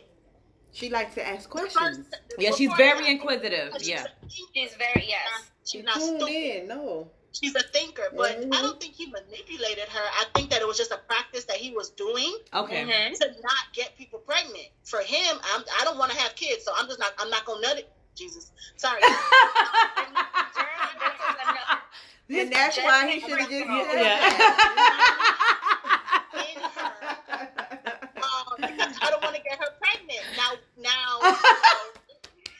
she likes to ask
The first-
questions.
the-
Yeah, she's
before
very
that-
uh,
inquisitive.
she's
Yeah.
thinking,
She's very yes.
She's not
tuned
stupid.
in. No.
She's a thinker, but I
Mhm.
don't think he manipulated her. I think that it was just a practice that he was doing
Okay.
Mhm.
to not get people pregnant. For him, I'm, I don't want to have kids, so I'm just not. I'm not gonna nut it. Jesus, sorry. Um,
And that's why he
just
should have just
impressive.
said
yeah.
In her. Um, because I don't want to get her pregnant. Now, now.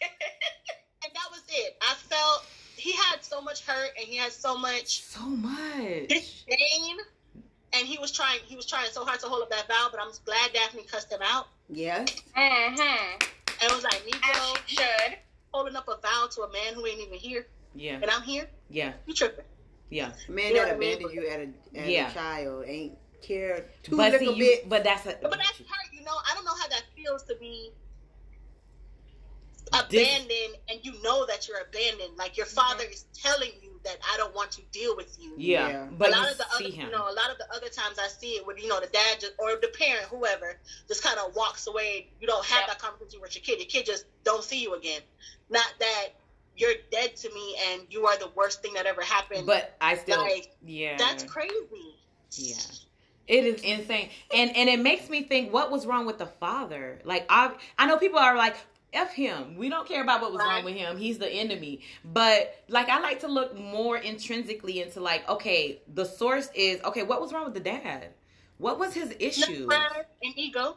and that was it. I felt he had so much hurt and he had so much
so much.
pain, and he was trying. He was trying so hard to hold up that vow. But I'm glad Daphne cussed him out.
Yeah.
Mm-hmm.
And it was like,
As
Negro,
she should.
holding up a vow to a man who ain't even here,
Yeah.
and I'm here.
Yeah.
You tripping?
Yeah.
Man
You know what
that
I mean?
abandoned you at a, at
Yeah.
a child ain't care too
But see,
little
you,
bit.
but that's a
But that's hurt. You know, I don't know how that feels to be abandoned, and you know that you're abandoned. Like your father is telling you that I don't want to deal with you.
yeah.
Yeah.
But
a lot
you
of the
see
other,
him.
you know, a lot of the other times I see it with you know the dad just, or the parent, whoever, just kind of walks away. You don't have
Yep.
that conversation with your kid. Your kid just don't see you again. Not that you're dead to me and you are the worst thing that ever happened.
but I still.
Like,
yeah.
that's crazy.
Yeah. It is insane. And and it makes me think what was wrong with the father? Like I I know people are like F him. We don't care about what was wrong with him. He's the enemy. But like I like to look more intrinsically into like okay, the source is okay, what was wrong with the dad? What was his issue?
Pride and ego.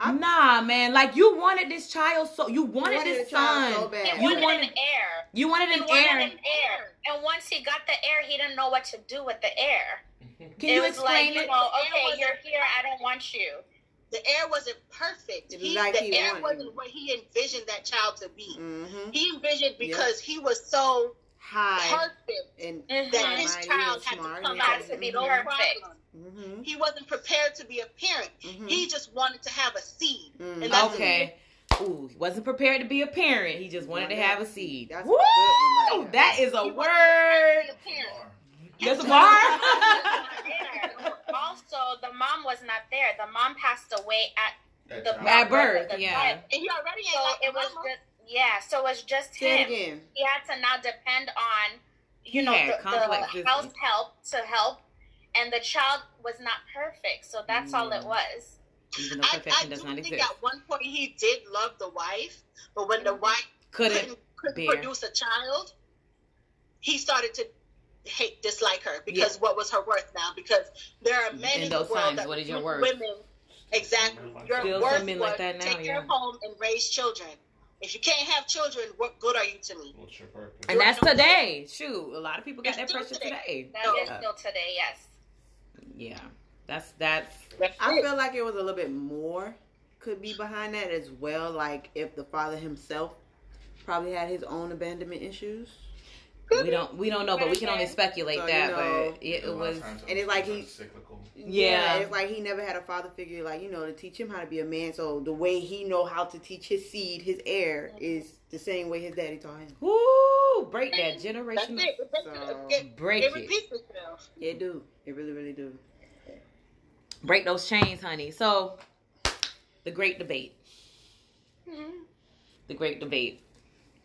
Nah, man. Like you wanted this child so you wanted,
Wanted
this
a child
son.
so bad.
He
You
wanted
wanted-
an heir.
You wanted
He
an
wanted
heir.
an heir. And once he got the heir, he didn't know what to do with the heir.
Can
it
you
was like,
explain
you
it?
know,
The heir
okay,
wasn't-
you're here. I don't want you.
The air wasn't perfect. He,
Like
the
he
air
wanted.
wasn't what he envisioned that child to be.
Mm.
Mm-hmm.
He envisioned because he was so
High
perfect
and
Mhm.
that
Mighty
his
and
child had
smart
to come
and
out
everything.
be
Mhm. Perfect.
hmm
He wasn't prepared to be a parent.
Mm-hmm.
Mhm.
He just wanted to have a seed.
Mm.
And that's
Okay. Ooh, he wasn't prepared to be a parent. He just wanted to have a seed.
That's a
Woo!
good one right
that is a word. That's a bar.
also, the mom was not there. The mom passed away at the
At birth,
of the
yeah.
child.
And he already ain't
So
like
it was just yeah. So it was just
Say it
him.
again.
He had to now depend on you know
Yeah,
the,
complex
the
business.
house help to help, and the child was not perfect. So that's all it
Mm.
was.
Even though
I, I
perfection
do
does not
think
exist.
at one point he did love the wife, but when the
Mm-hmm.
wife
Couldn't.
couldn't, couldn't
bear.
produce a child, he started to hate, dislike her because what was her worth now? Because there are men
In
in,
those
the world
times,
that
what is your
recruit
worth?
Women, exactly. Your
Still some
worth
men
was
like that now,
take care
yeah.
of home and raise children. If you can't have children, what good are you to me?
What's your purpose?
And that's today. Shoot, a lot of people got that
It's
pressure
still
today.
That
No.
is still today. Yes.
Yeah. That's that's
I feel like it was a little bit more could be behind that as well. Like if the father himself probably had his own abandonment issues,
we don't we don't know, but we can only speculate
So, you
that.
know,
but it, it
A lot of
was
times
and it's like he-
cyclical.
Yeah.
it's like he never had a father figure, like you know, to teach him how to be a man. So the way he know how to teach his seed, his heir,
Mm-hmm.
is the same way his daddy taught him.
woo break that
That's
generational
it.
So-
It,
break
it
it.
repeats itself.
It do, it really, really do.
Break those chains, honey. So the great debate. The great debate.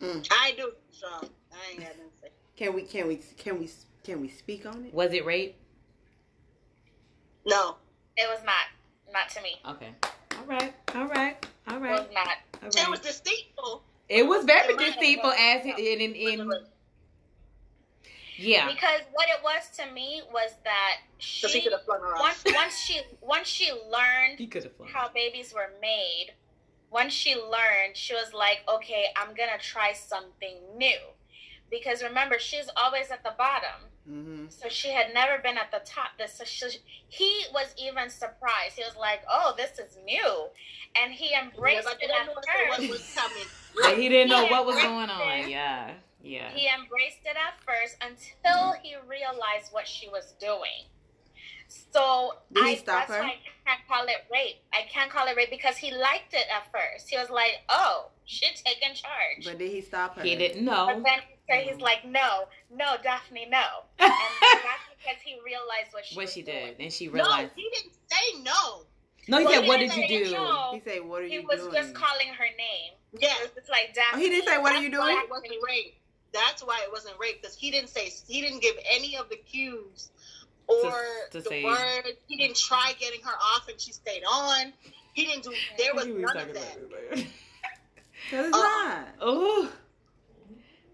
I do. So I ain't got nothing to say.
Can we? Can we? Can we? Can we speak on it?
Was it rape?
No.
It was not. Not to me.
Okay. All right. All right. All
It
right.
was not.
All
It was
right.
deceitful.
It was very
it might have
deceitful
been.
as in in, in yeah.
Because what it was to me was that
So she
she
could have flung her
once
off.
once she once she learned
He could have flown.
how babies were made, once she learned, she was like, okay, I'm gonna try something new. Because remember, she's always at the bottom,
Mm-hmm.
so she had never been at the top. This so she, he was even surprised. He was like, oh, this is new, and he embraced
Because I
it
didn't
at
know
first.
what was coming.
But he didn't know
Yeah,
what was
right
going on.
there.
Yeah. Yeah.
He embraced it at first until he realized what she was doing. So
Did he
I,
stop
that's
her?
why I can't call it rape. I can't call it rape because he liked it at first. He was like, "Oh, she taking charge."
But did he stop her?
He didn't
But
Oh.
know.
then so he's like, "No, no, Daphne, no." And that's because he realized what she
What
was
she
doing.
did. And she
No,
realized.
he didn't say no.
No, he
Well,
said,
he
What did
didn't
you
say
do?
no.
He said, "What are
He
you
was
doing?" Oh,
just calling her name.
Yes.
It's like Daphne.
he didn't say, "What are you
that's why
doing?"
I
It wasn't rape. That's why it wasn't rape because he didn't say he didn't give any of the cues or
to
the
say-
words. He didn't try getting her off and she stayed on. He didn't do. There was
We were
none
talking
of that.
about this.
Cause it's
Uh,
not.
Oh,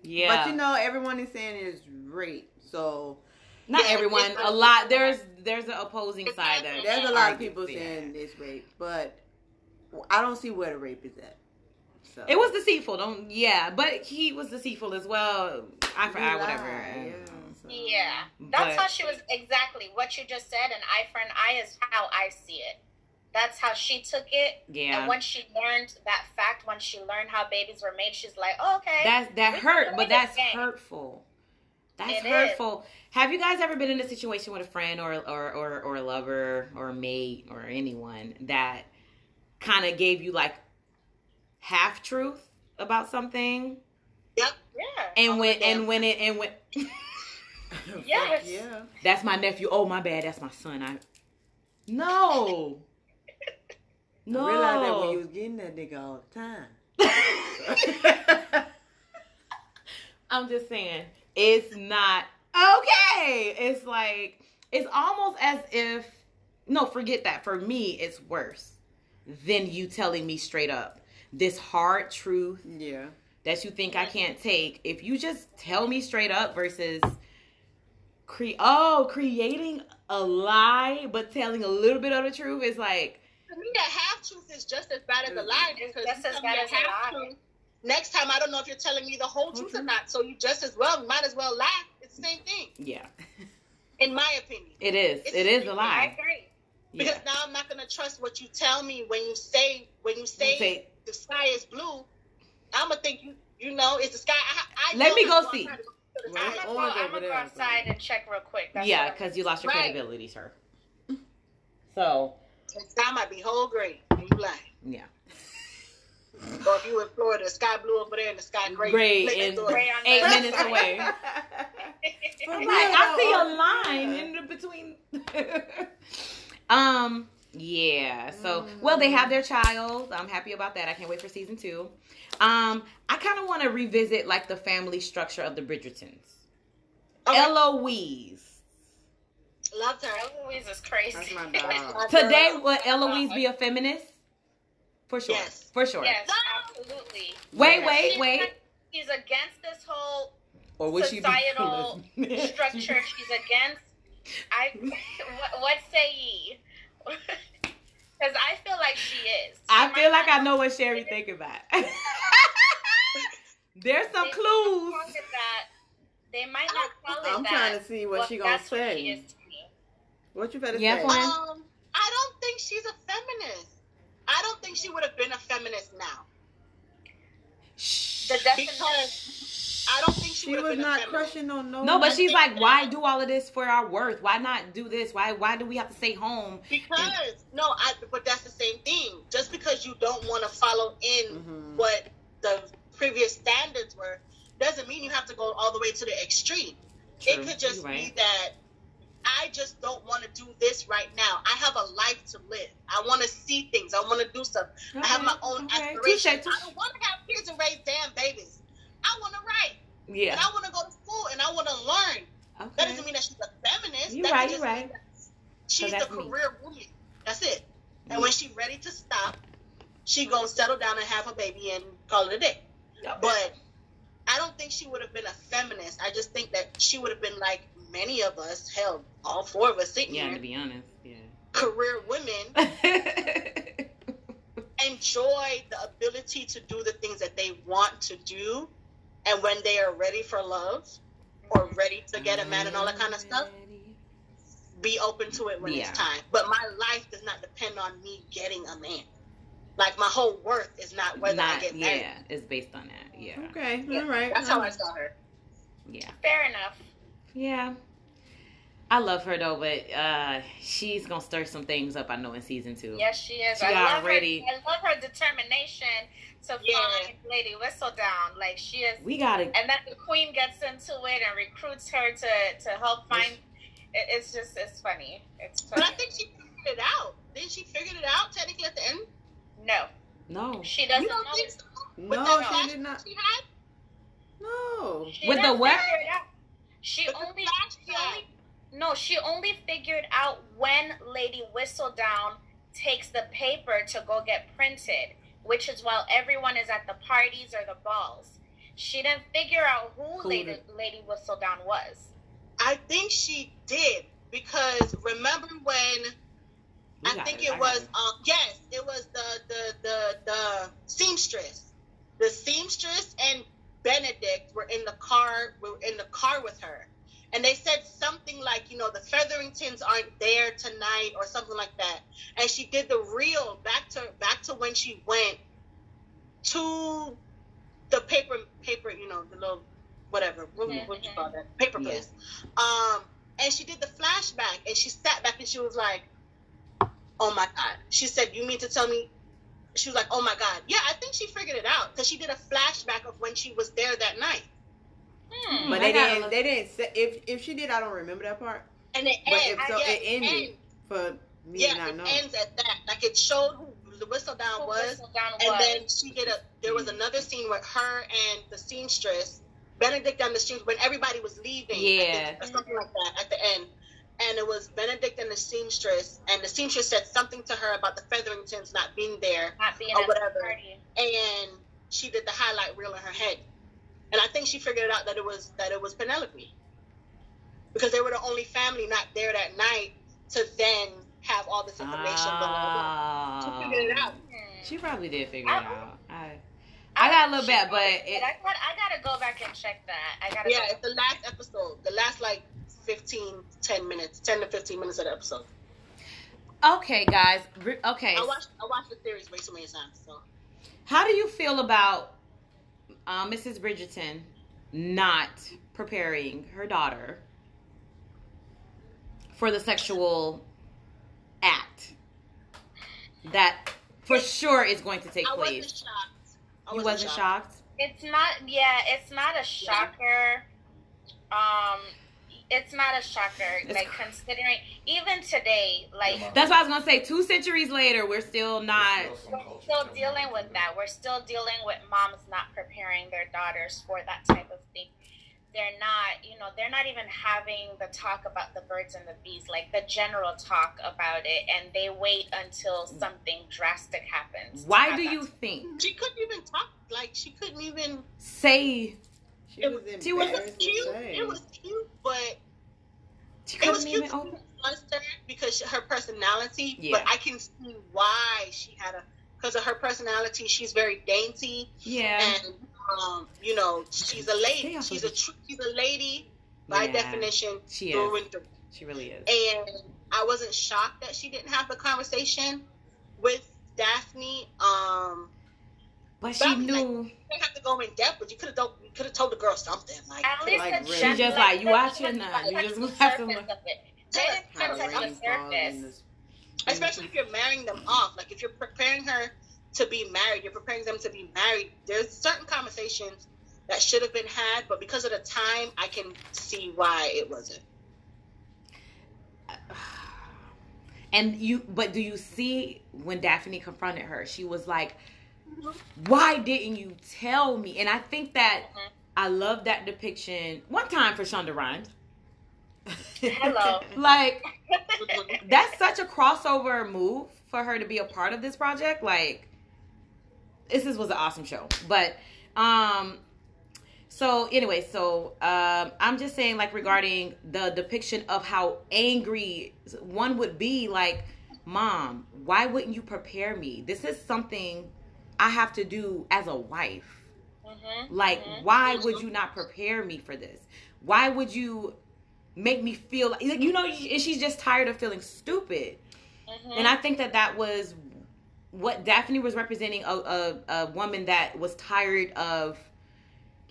yeah.
But you know, everyone is saying it's rape. So
not
Yeah,
everyone.
it's-
A lot. There's there's an opposing
It's
side
definitely-
that
there's a lot of
argues
people
that.
saying it's rape, but I don't see where the rape is at. So
It was deceitful, don't yeah, but he was deceitful as well. Eye for
He
eye,
lied,
whatever.
yeah, so-
Yeah,
But-
that's how she was exactly what you just said. An eye for an eye is how I see it. That's how she took it.
Yeah.
And once she learned that fact, once she learned how babies were made, she's like, oh, okay.
That's that
We
hurt,
can
but
play this
that's
game.
hurtful. That's
It is.
hurtful. Have you guys ever been in a situation with a friend or or or, or a lover or a mate or anyone that kind of gave you like half truth about something,
Yep.
yeah.
and when
damn.
and when it and when
Yes.
Yeah.
that's my nephew. Oh my bad, that's my son. I no. No.
I realized that when you was getting that nigga all the time.
I'm just saying, it's not okay. It's like it's almost as if no, forget that. For me, it's worse than you telling me straight up this hard truth
Yeah.
that you think I can't take. If you just tell me straight up versus cre oh creating a lie but telling a little bit of the truth is like
To me, the half truth is just as bad as a lie
It's
because
just
you
as
tell me
bad
a
as a lie.
half-truth, Next time, I don't know if you're telling me the whole truth or not. So you just as well might as well lie. It's the same thing,
yeah,
in my opinion.
it is.
It's
It is a
I
lie.
agree.
Because
Yeah.
now I'm not gonna trust what you tell me when you say when you say,
say-
the sky is blue. I'm gonna think you you know it's the sky. I, I
Let
know
me
this,
go
so I'm
see.
trying to go to the
I'm
Right.
sky.
gonna
Oh,
go,
I go
I'm
over
gonna go
there,
outside and check real quick. That's
Yeah,
what I'm-
because you lost your
Right.
credibility, sir. So
The sky might be whole gray and you black.
yeah,
Or if you in Florida, the sky blue over there and the sky gray.
Gray
Look at
and-
Florida.
Gray on
eight
the-
minutes away.
For
I'm
real,
like, I
though.
see a line in the between. um. Yeah. So, well, they have their child. I'm happy about that. I can't wait for season two. Um, I kind of want to revisit like the family structure of the Bridgertons.
Okay.
Eloise.
Loved her.
Eloise is crazy.
That's my dog.
My
Today,
girl.
would Eloise be a feminist? For sure.
Yes.
For sure.
yes,
No.
absolutely.
Wait,
Yes.
wait,
She's
wait.
not- She's against this whole
Or
societal structure. She's against. I what, what say ye? Because I feel like she is.
I
She
feel
might
like I
not
know what Sherry think about. There's some
They
clues.
call it that. They might not call it
I'm
that.
trying to see what
but
she gonna
that's what she
say.
is to me.
What you better
Yeah,
say?
for real.
Um, I don't think she's a feminist. I don't think she would have been a feminist now
The
because I don't think she,
She
would have
was
been
not
a feminist.
crushing on no.
No, but
I
she's
think
like,
that-
why do all of this for our worth? Why not do this? Why why do we have to stay home?
Because no, I but that's the same thing. Just because you don't want to follow in
Mhm.
what the previous standards were, doesn't mean you have to go all the way to the extreme.
True.
It could just
You're right.
be that I just don't want to do this right now. I have a life to live. I want to see things. I want to do stuff. I have my own
Touche,
aspirations. I
touche.
don't want to have kids and raise damn babies. I want to write and
Yeah.
I want to go to school and I want to learn. That
Okay.
doesn't mean that she's a feminist.
You're
That
right,
could just
you're
mean
right.
that She's a
that's me. Mm-hmm.
career woman. That's it. And when she's ready to stop, she gonna settle down and have her baby and call it a day. But I don't think she would have been a feminist. I just think that she would have been like many of us, hell, all four of us sitting
yeah, to
here,
be honest.
career women,
Yeah.
enjoy the ability to do the things that they want to do, and when they are ready for love or ready to get a man and all that kind of stuff, be open to it when
Yeah.
it's time. But my life does not depend on me getting a man. Like my whole worth is not whether I
Not,
get married.
yeah, it's based on that. Yeah.
Okay, all right.
That's how I saw her.
Yeah.
Fair enough.
Yeah. I love her though, but uh she's gonna stir some things up I know in season two.
Yes, she is.
She
I love
already-
her. I love her determination to
Yeah.
find Lady Whistledown. Like she is,
We gotta
and then the Queen gets into it and recruits her to to help find. It, it's just it's funny. It's
But I
funny.
think she figured it out. Then she figured it out technically at the end.
No,
no.
she doesn't
you don't
know.
think so? With
No,
that
she
passion
did not.
She had
No.
She
With the
didn't
what?
figure it out. She
With the
only, she
flashlight.
only no, she only figured out when Lady Whistledown takes the paper to go get printed, which is while everyone is at the parties or the balls. She didn't figure out who
Who
Lady,
the-
Lady Whistledown was.
I think she did because remember when
You
I
got
think
it.
it,
I got
was
it.
um yes, it was the the the the seamstress. The seamstress and Benedict were in the car were in the car with her. And they said something like, you know, the Featheringtons aren't there tonight or something like that. And she did the reel back to back to when she went to the paper paper, you know, the little whatever. What, what you call that? Paper
Yeah.
place. Um and she did the flashback and she sat back and she was like oh my god she said you mean to tell me she was like oh my god yeah i think she figured it out because she did a flashback of when she was there that night Mm,
Hmm.
But
I
they
gotta
didn't.
look-
They didn't. Say, if if she did, I don't remember that part.
and it,
But
end,
if so,
I- yeah,
it ended
end-
for me
yeah
not
it
knowing.
ends at that like it showed who the whistle down
Who
was
Whistledown
and
was.
then she did a there was another scene with her and the seamstress benedict and the seamstress when everybody was leaving I think,
Yeah.
or something like that at the end and it was benedict and the seamstress and the seamstress said something to her about the featheringtons not being there
not being
or
at
whatever.
the party.
and she did the highlight reel in her head. And I think she figured out that it was that it was Penelope. Because they were the only family not there that night to then have all this information going
Ah.
on. She figured it out.
Hmm.
Oh. She probably did figure it
I-
out. I, I got a little
She
bit, but
probably
it,
did. I, got, I gotta go back and check that. I gotta.
Yeah,
go
it's the last episode. The last like 15, 10 minutes, 10 to 15 minutes of the episode.
okay, guys. Re- Okay,
I watched I watched the series way too many times, so
how do you feel about uh, Mrs. Bridgerton not preparing her daughter for the sexual act that for sure is going to take
I wasn't
place?
shocked. I
You wasn't shocked.
It's not, yeah, it's not a shocker. Um, it's not a shocker.
It's
like
cr-
considering even today, like
Yeah,
That's what I was gonna say. Two centuries later, we're still not.
we're still dealing with that. We're still dealing with moms not preparing their daughters for that type of thing. They're not, you know, they're not even having the talk about the birds and the bees, like the general talk about it, and they wait until something drastic happens. to
Mm. Why
have
do
that
you think?
She couldn't even talk. Like she couldn't even
Say
She was
she was
it was
embarrassed to
cute.
say.
It was cute, but
she
It was
couldn't
cute
even
to
open.
Monster because her personality,
Yeah.
but I can see why she had a because of her personality. She's very dainty,
Yeah.
and um, you know, she's a
Stay
lady.
off
She's
of
a tr- she's a lady by
Yeah.
definition
She
through
is.
and through.
She really is.
And I wasn't shocked that she didn't have the conversation with Daphne. Um,
But
but I
she
was
knew.
you didn't have to go in depth, but you could have you could have told the girl something. Like
At least
like,
the
really-
gen-
She
just like, you
they
out
didn't
here
touch
now.
the
You just
surface
have to
of
look.
it. They didn't
How the
touch the
rain falls in
surface.
this-
especially if you're marrying them off. Like if you're preparing her to be married, you're preparing them to be married. There's certain conversations that should have been had, but because of the time, I can see why it wasn't.
And you, but do you see when Daphne confronted her? She was like, "Why didn't you tell me?" And I think that
Mhm.
I love that depiction. One time for Shonda Rhimes,
Hello.
like
Mhm.
that's such a crossover move for her to be a part of this project. Like, this is, was an awesome show. But, um, so anyway, so um, I'm just saying, like, regarding the depiction of how angry one would be, like, mom, why wouldn't you prepare me? This is something I have to do as a wife.
Mhm.
Like, why would you not prepare me for this? Why would you make me feel like, you know, and she's just tired of feeling stupid.
Mhm.
And I think that that was what Daphne was representing a, a, a woman that was tired of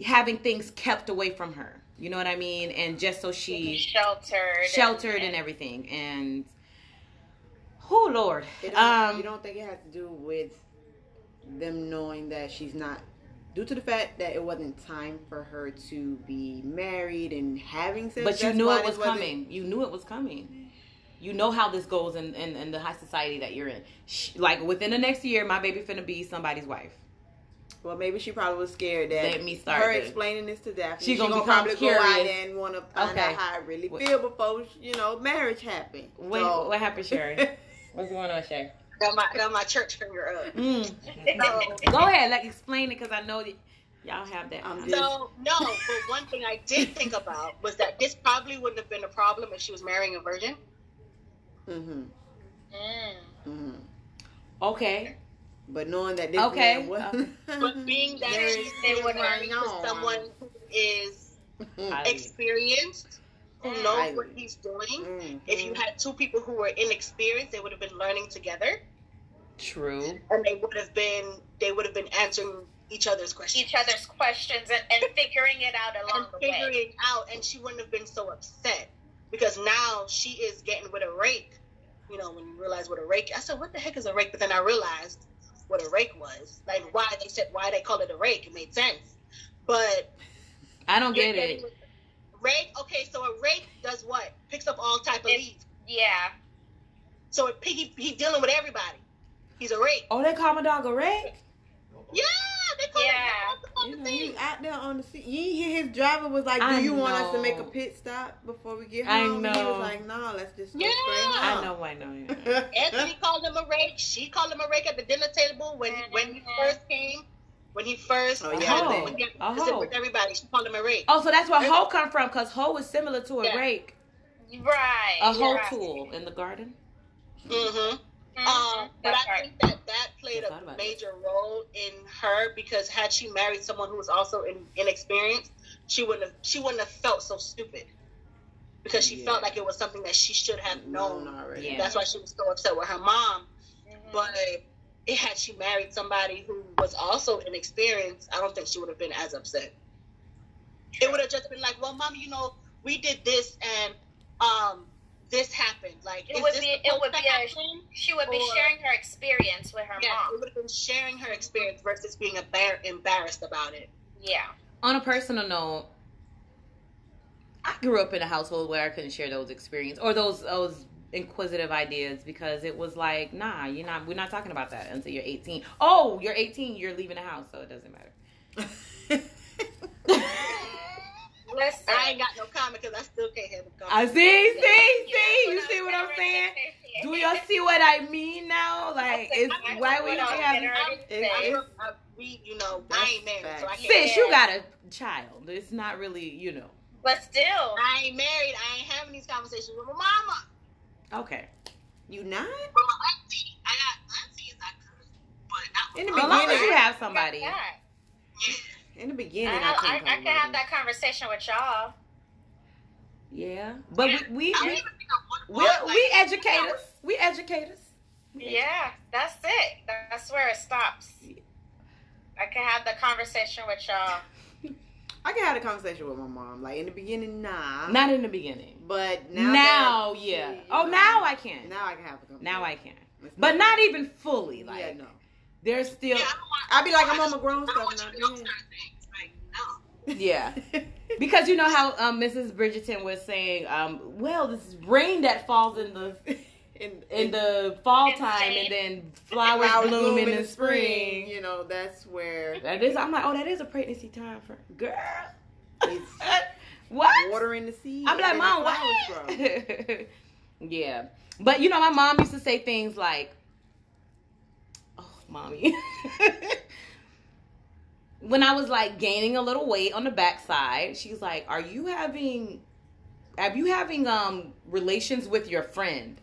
having things kept away from her. You know what I mean? And just so she
sheltered and-
sheltered and everything. And, oh, Lord.
It don't-
Um,
you don't think it has to do with them knowing that she's not due to the fact that it wasn't time for her to be married and having sex.
But you
that's
knew
why
it
this
was
wasn't-
coming. You knew it was coming. You know how this goes in, in, in the high society that you're in. Sh like within the next year, my baby finna be somebody's wife.
Well, maybe she probably was scared that
Let me start
her
this.
explaining this to Daphne.
She
She
gonna
gonna,
become
probably go out
curious.
there and want to find
Okay.
out how I really
What-
feel before you know marriage happened.
What,
So-
what happened, Sherry? What's going on, Sherry?
Got my got my church finger up.
Mm.
So,
Go ahead, like explain it because I know that y'all have that.
I'm
kind
just-
of-
so no, but one thing I did think about was that this probably wouldn't have been a problem if she was marrying a virgin.
mm-hmm,
Mm.
mm-hmm.
okay,
But knowing that this
Okay.
man was,
But being that
Mm-hmm. There
she's
is-
they were
there
married to
no-
someone who is
Highly.
experienced, who
Mm.
knows what
Highly.
he's doing.
Mhm.
If you had two people who were inexperienced, they would have been learning together,
true.
and they would have been they would have been answering each other's questions
Each other's questions and, and figuring it out
and
along the
figuring
way.
it out, and she wouldn't have been so upset because now she is getting with a rake. You know, when you realize what a rake, I said, "What the heck is a rake?" But then I realized what a rake was. Like why they said why they call it a rake. It made sense, but
I don't
you're
get
getting
it.
with- rake. Okay, so a rake does what? Picks up all type of
It-
leaves.
Yeah.
So it, he he's dealing with everybody. He's a rake.
Oh, they call my dog a rake.
Yeah, they call
Yeah.
it all the
You know,
thing.
you out there on the sea. You ain't hear his driver was like, "Do
I
you want us to
know.
make a pit stop before we get
I
home?" And He
know.
was like, "No, let's just go
Yeah.
straight
I
home."
know, I know. I know.
Anthony called him a rake. She called him a rake at the dinner table when when he first came. When he first
Oh,
when
yeah,
he
I
when he had
think.
to sit
Oh.
with everybody, she called him a rake.
Oh, so that's where hoe come from because hoe is similar to a
Yeah.
rake,
Right.
a hoe
right.
tool in the garden.
Mm-hmm.
Mhm,
Um, but
that
I
part.
think that that played
I thought
a
about
major role in her because had she married someone who was also in, inexperienced, she wouldn't have she wouldn't have felt so stupid because she
Yeah.
felt like it was something that she should have known.
known already.
Yeah.
That's why she was so upset with her mom.
Mhm.
But it, had she married somebody who was also inexperienced, I don't think she would have been as upset. It would have just been like, "Well, mom, you know, we did this and um, this happened. Like
It
is
would
this
be- it
supposed
would
to
be a-
happen?
she would be
or-
sharing her experience with her
yeah, it
mom.
would have been sharing her experience versus being embar- embarrassed about it.
Yeah.
on a personal note, I grew up in a household where I couldn't share those experiences or those those inquisitive ideas because it was like, nah, you're not. We're not talking about that until you're 18. Oh, you're 18. You're leaving the house, so it doesn't matter.
Listen.
I ain't got no comment because I still can't handle
I
comment.
see, see, see. You see what I'm saying? Do y'all see what I mean now? Like, it's why we don't have.
I,
It's-
grew up- I, we, you know, I ain't married, so I
That's
can't.
Sis, you got a child. It's not really, you know.
But still,
I ain't married. I ain't having these conversations with my mama.
Okay.
you not
Well, my auntie, I got aunties I could, but not
in the
my
As
beginning.
mama.
long as you have somebody.
God.
in the
I,
beginning, I,
I, I
couldn't
can
come
have
with
that conversation with y'all.
Yeah. But we,
I don't
we,
even think I want to
we, we educators. We educators.
Yeah, that's it. That's where it stops. I can have the conversation with y'all.
it. I can have a conversation with my mom. Like in the beginning, nah.
Not in the beginning.
but now,
Now,
that she-
yeah.
you
Oh,
know,
now I can. Now,
Now I can have a conversation.
I can.
It's
But not even fully. Like
yeah, no.
there's still
Yeah, I don't want.
I'd be like,
I
I'm on
just-
my grown
I don't
stuff
want you to know
now.
certain things. Like, no.
yeah.
Yeah.
Because you know how um, Mrs. Bridgerton was saying, um, well, this rain that falls in the
in,
in the fall
It's
time
rain.
and then flowers,
flowers
bloom, in, the spring.
You know, that's where
That is, I'm like, oh, that is a pregnancy time for girl.
it's
what?
watering the seed.
I'm like,
and then
mom,
the
what?
flowers grow."
yeah, but you know, my mom used to say things like, "Oh, mommy." when I was like gaining a little weight on the backside, she's like, "Are you having, have you having um relations with your friend?"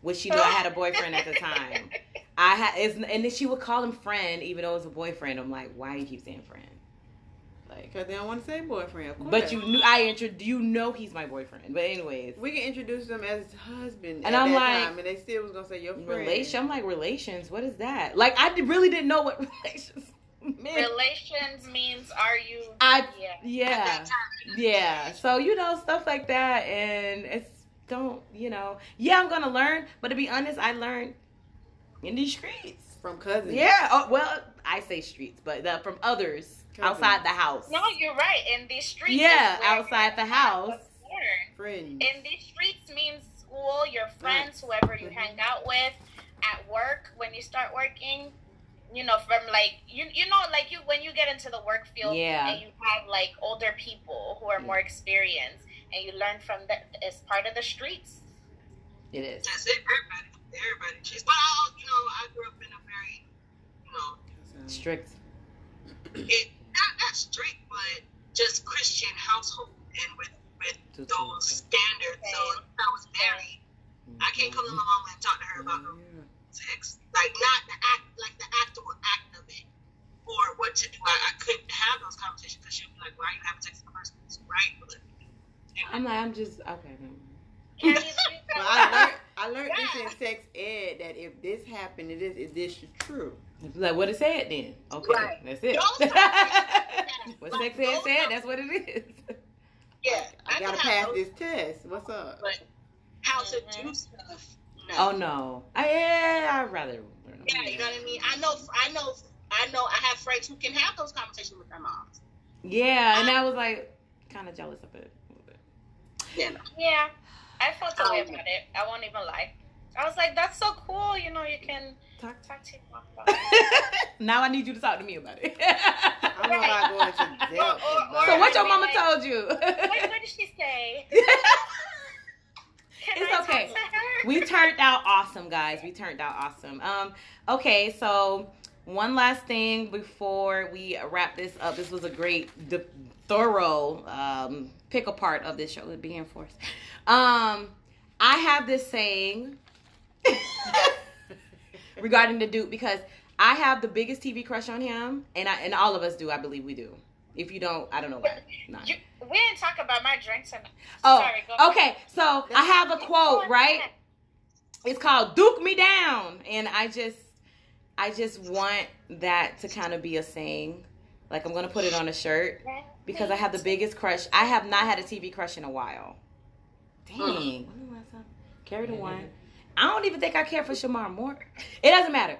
Which she knew I had a boyfriend at the time. I had, it's, and then she would call him friend, even though it was a boyfriend. I'm like, why do you keep saying friend? Like,
Cause they don't want to say boyfriend. Of course.
but you knew I introduced. You know he's my boyfriend. But anyways,
we can introduce them as husband.
And
at
I'm
that
like,
time, and they still was gonna say your friend.
relation. I'm like relations. What is that? Like I did- really didn't know what relations meant.
Relations means are you?
I
Yeah.
yeah yeah. So you know stuff like that, and it's don't you know. Yeah, I'm gonna learn. But to be honest, I learned in these streets.
from cousins.
Yeah. Oh, well, I say streets, but uh, from others outside the house.
No, you're right. In these streets.
Yeah,
is where
outside the house.
was born.
friends.
in these streets means
Mm-hmm.
school, your friends, whoever you hang out with, at work when you start working. you know, from like you you know, like you when you get into the work field
Yeah.
and you have like older people who are more experienced and you learn from that as part of the streets.
It is.
That's it. Everybody, everybody. cheats. But I, you know, I grew up in a very, you know,
Strict.
it not that strict, but just Christian household and with with
Too, too,
those standards. So if I was married, I can't come to my mom and talk to her about her sex, like not the act, like the actual act of it, or what to do. I, I couldn't have those conversations because she'd be like, "Why are you having sex with the person who's right?" But, you know,
I'm like, I'm just okay. man.
Can you do
Well,
that?
I learned, I learned this in sex ed that if this happened, it is, it- this is true.
Like what it said then. Okay,
Right.
that's it.
Don't stop that.
what
Like,
sex ed
don't
said,
stop.
that's what it is.
yeah,
I
could have
gotta pass
those-
this test. What's up?
But how to
Mhm.
do stuff? Mm-hmm. No.
Oh no. I, yeah, I'd rather.
Yeah, you know what I mean. I know, I know, I know. I have friends who can have those conversations with their moms.
Yeah, and I was like, kind of jealous of it. a little bit.
You know,
Yeah, I felt that way
Oh.
Um,
about it. I won't even lie. I was like, that's so cool. You know, you can
Talk to
talk to your mom about it.
now I need you to talk to me about it.
I'm not going to depth
Or- or-
about
so
or-
what your
I mean,
mama
like-
told you?
Wait, what did she say? Can
It's
I talk
okay.
to her?
we turned out awesome, guys. We turned out awesome. Um, okay, so one last thing before we wrap this up. This was a great, d- thorough um, pick apart of this show. It being forced. Um, I have this saying regarding the Duke because I have the biggest TV crush on him, and I and all of us do. I believe we do. If you don't, I don't know why. Not.
You, we didn't talk about my drink tonight.
Oh,
Sorry, go ahead.
okay. So I have a quote, right? It's called "Duke Me Down," and I just, I just want that to kind of be a saying. Like I'm gonna put it on a shirt because I have the biggest crush. I have not had a TV crush in a while. Dang, when was the last time? Carry the one. I don't even think I care for Shamar Moore. It doesn't matter.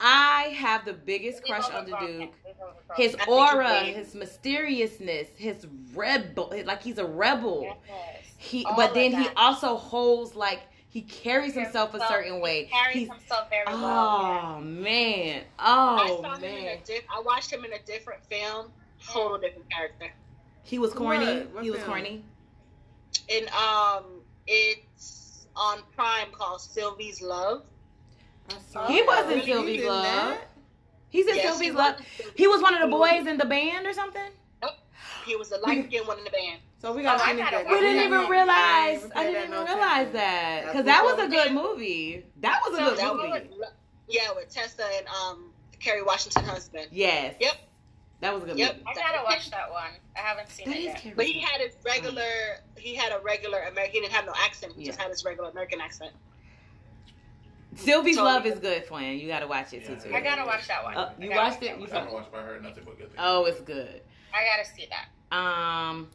I have the biggest crush on the Duke his
I think
aura,
he did.
his mysteriousness, his rebel, like he's a rebel.
Yes.
He,
All
but
of
then he
that.
also holds like he carries himself a
Himself.
certain way.
He carries
He's,
himself very well.
oh man,
I
oh
saw him in
man,
a diff- I watched him in a different film, total different character.
he was corny.
What? What
He was
film?
corny.
And um, it's on Prime called Sylvie's Love.
I saw
He
that.
wasn't
He's
Sylvie
in
Love.
that?
He's in
Yes, he
Sylvie's
was
love.
in Sylvie's
He was one of the
Love.
boys in the band or something.
He was the light skinned one in the band.
So we got
Oh,
to
I
finish
gotta
that.
watch
We didn't
Yeah,
even
haven't-
realize.
we haven't
I
played
didn't even
no time.
realize that because
That's
that
what
was a
we
good
did.
movie. That was a
So
That
good
was,
movie.
lo- yeah, with Tessa and um, Kerry Washington husband.
Yes.
Yep.
That was a good
Yep.
movie.
I gotta watch that one. I haven't seen
That
it
is
yet.
Carrie.
But he had his regular. He had a regular American. He didn't have no accent. He just
Yeah.
had his regular American accent.
Sylvie's
So-
Love is good, Flan. You gotta watch it too. too.
I gotta watch that one.
Uh,
I
you
gotta
watched
watch
it?
that
You
one.
I haven't watched by her nothing but good things.
Oh, it's good.
I gotta see that.
Um.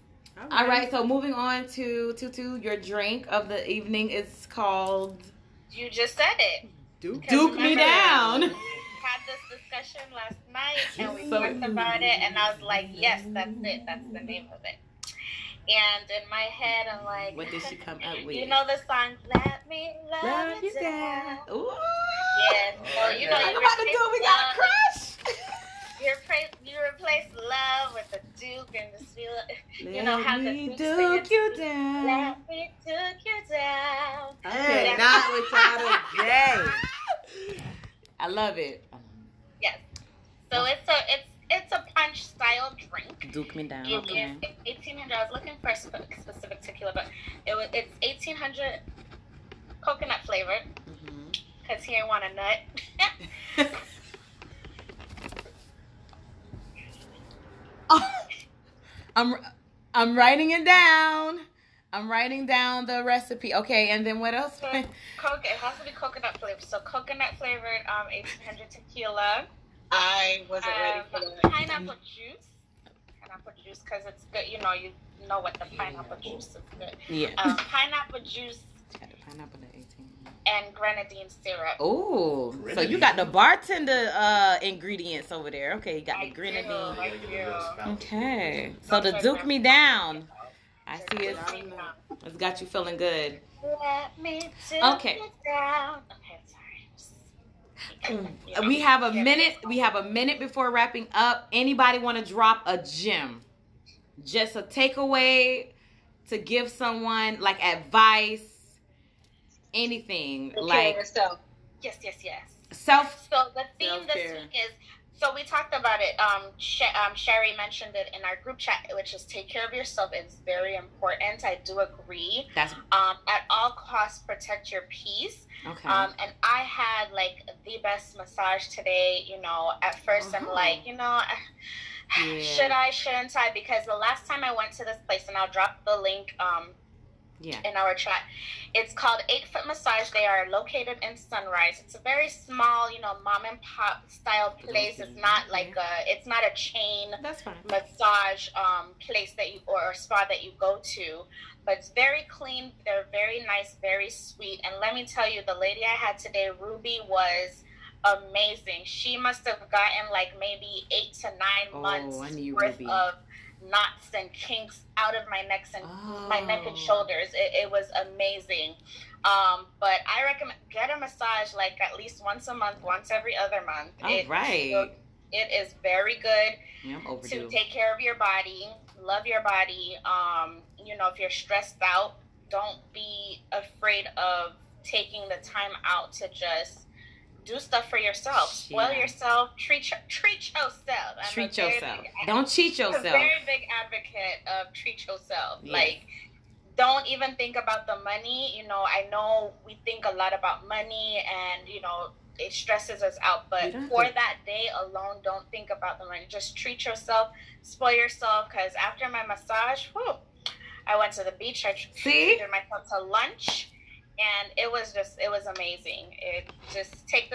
All right. So moving on to Tutu, your drink of the evening is called
You just said it.
Duke.
Duke Me Down.
Had this discussion last night and we
So-
talked about it, and I was like, yes, that's it. That's the name of it. And in my head, I'm like,
What did she come up with?
You know the song, Let Me Love,
Love you down.
Down.
Ooh.
Yes. So you know
Talk
Talk
you
about the
replace
dude we got a
love,
crush.
you replace you replace love with the Duke and the sweet. You know
Let
how the
me
Duke
Duke
sings,
you down.
Let me Duke you down.
Hey, not with y'all today.
I love it.
So it's a it's it's a punch style drink.
Duke me down.
It is eighteen hundred. I was looking for a spe- specific tequila, but it was it's eighteen hundred coconut flavored
Mm-hmm.
because he ain't want a nut.
I'm I'm writing it down. I'm writing down the recipe. Okay, and then what else?
Okay. Coke. It has to be coconut flavored. So coconut flavored um eighteen hundred tequila,
I wasn't ready
um,
for that.
pineapple juice, pineapple juice because it's good. You know you know what the pineapple juice is good.
Yeah.
Um, pineapple juice
Pineapple at 18.
and grenadine syrup.
Oh, so
Grenadine.
you got the bartender uh ingredients over there. Okay, you got
I
the
do.
grenadine.
You gotta get the real smell.
Okay, so the Duke Me Down. I see it's, it's got you feeling good.
Let me do
Okay.
it down. Okay, sorry.
We have a minute. We have a minute before wrapping up. Anybody want to drop a gem? Just a takeaway to give someone, like advice, anything, like
so
Yes, yes, yes.
self.
So the theme this
Self-care.
week is so we talked about it. Um, Sh- um, Sherry mentioned it in our group chat, which is take care of yourself. It's very important. I do agree.
That's
Um, at all costs, protect your peace.
okay.
Um, and I had like the best massage today. You know, at 1st i I'm
Uh-huh.
like, you know,
Yeah.
should I, shouldn't I? Because the last time I went to this place, and I'll drop the link um,
yeah.
in our chat. It's called Eight Foot Massage. They are located in Sunrise. It's a very small, you know, mom and pop style place. It's not like a, it's not a chain
That's fine.
massage um, place that you or, or spa that you go to but it's very clean they're very nice very sweet and let me tell you the lady i had today ruby was amazing she must have gotten like maybe eight to nine
Oh,
months
I knew
worth
Ruby.
of knots and kinks out of my necks and my neck
Oh.
and shoulders. It, it was amazing. Um, but I recommend get a massage like at least once a month, once every other month.
Oh. All
it,
right.
It is very good
Yeah, I'm
to
overdue.
take care of your body, love your body. Um, you know, if you're stressed out, don't be afraid of taking the time out to just do stuff for yourself. Spoil
Yeah.
yourself. Treat your- treat yourself. I'm a
Treat
very
yourself.
big
Don't cheat
a
yourself.
very big advocate of treat yourself.
Yes.
Like, don't even think about the money. You know, I know we think a lot about money and, you know, it stresses us out,
You
but
don't have
for
to-
that day alone, don't think about the money. Just treat yourself, spoil yourself, because after my massage, whew, I went to the beach. I tr-
See?
treated myself to lunch, and it was just, it was amazing. It just take the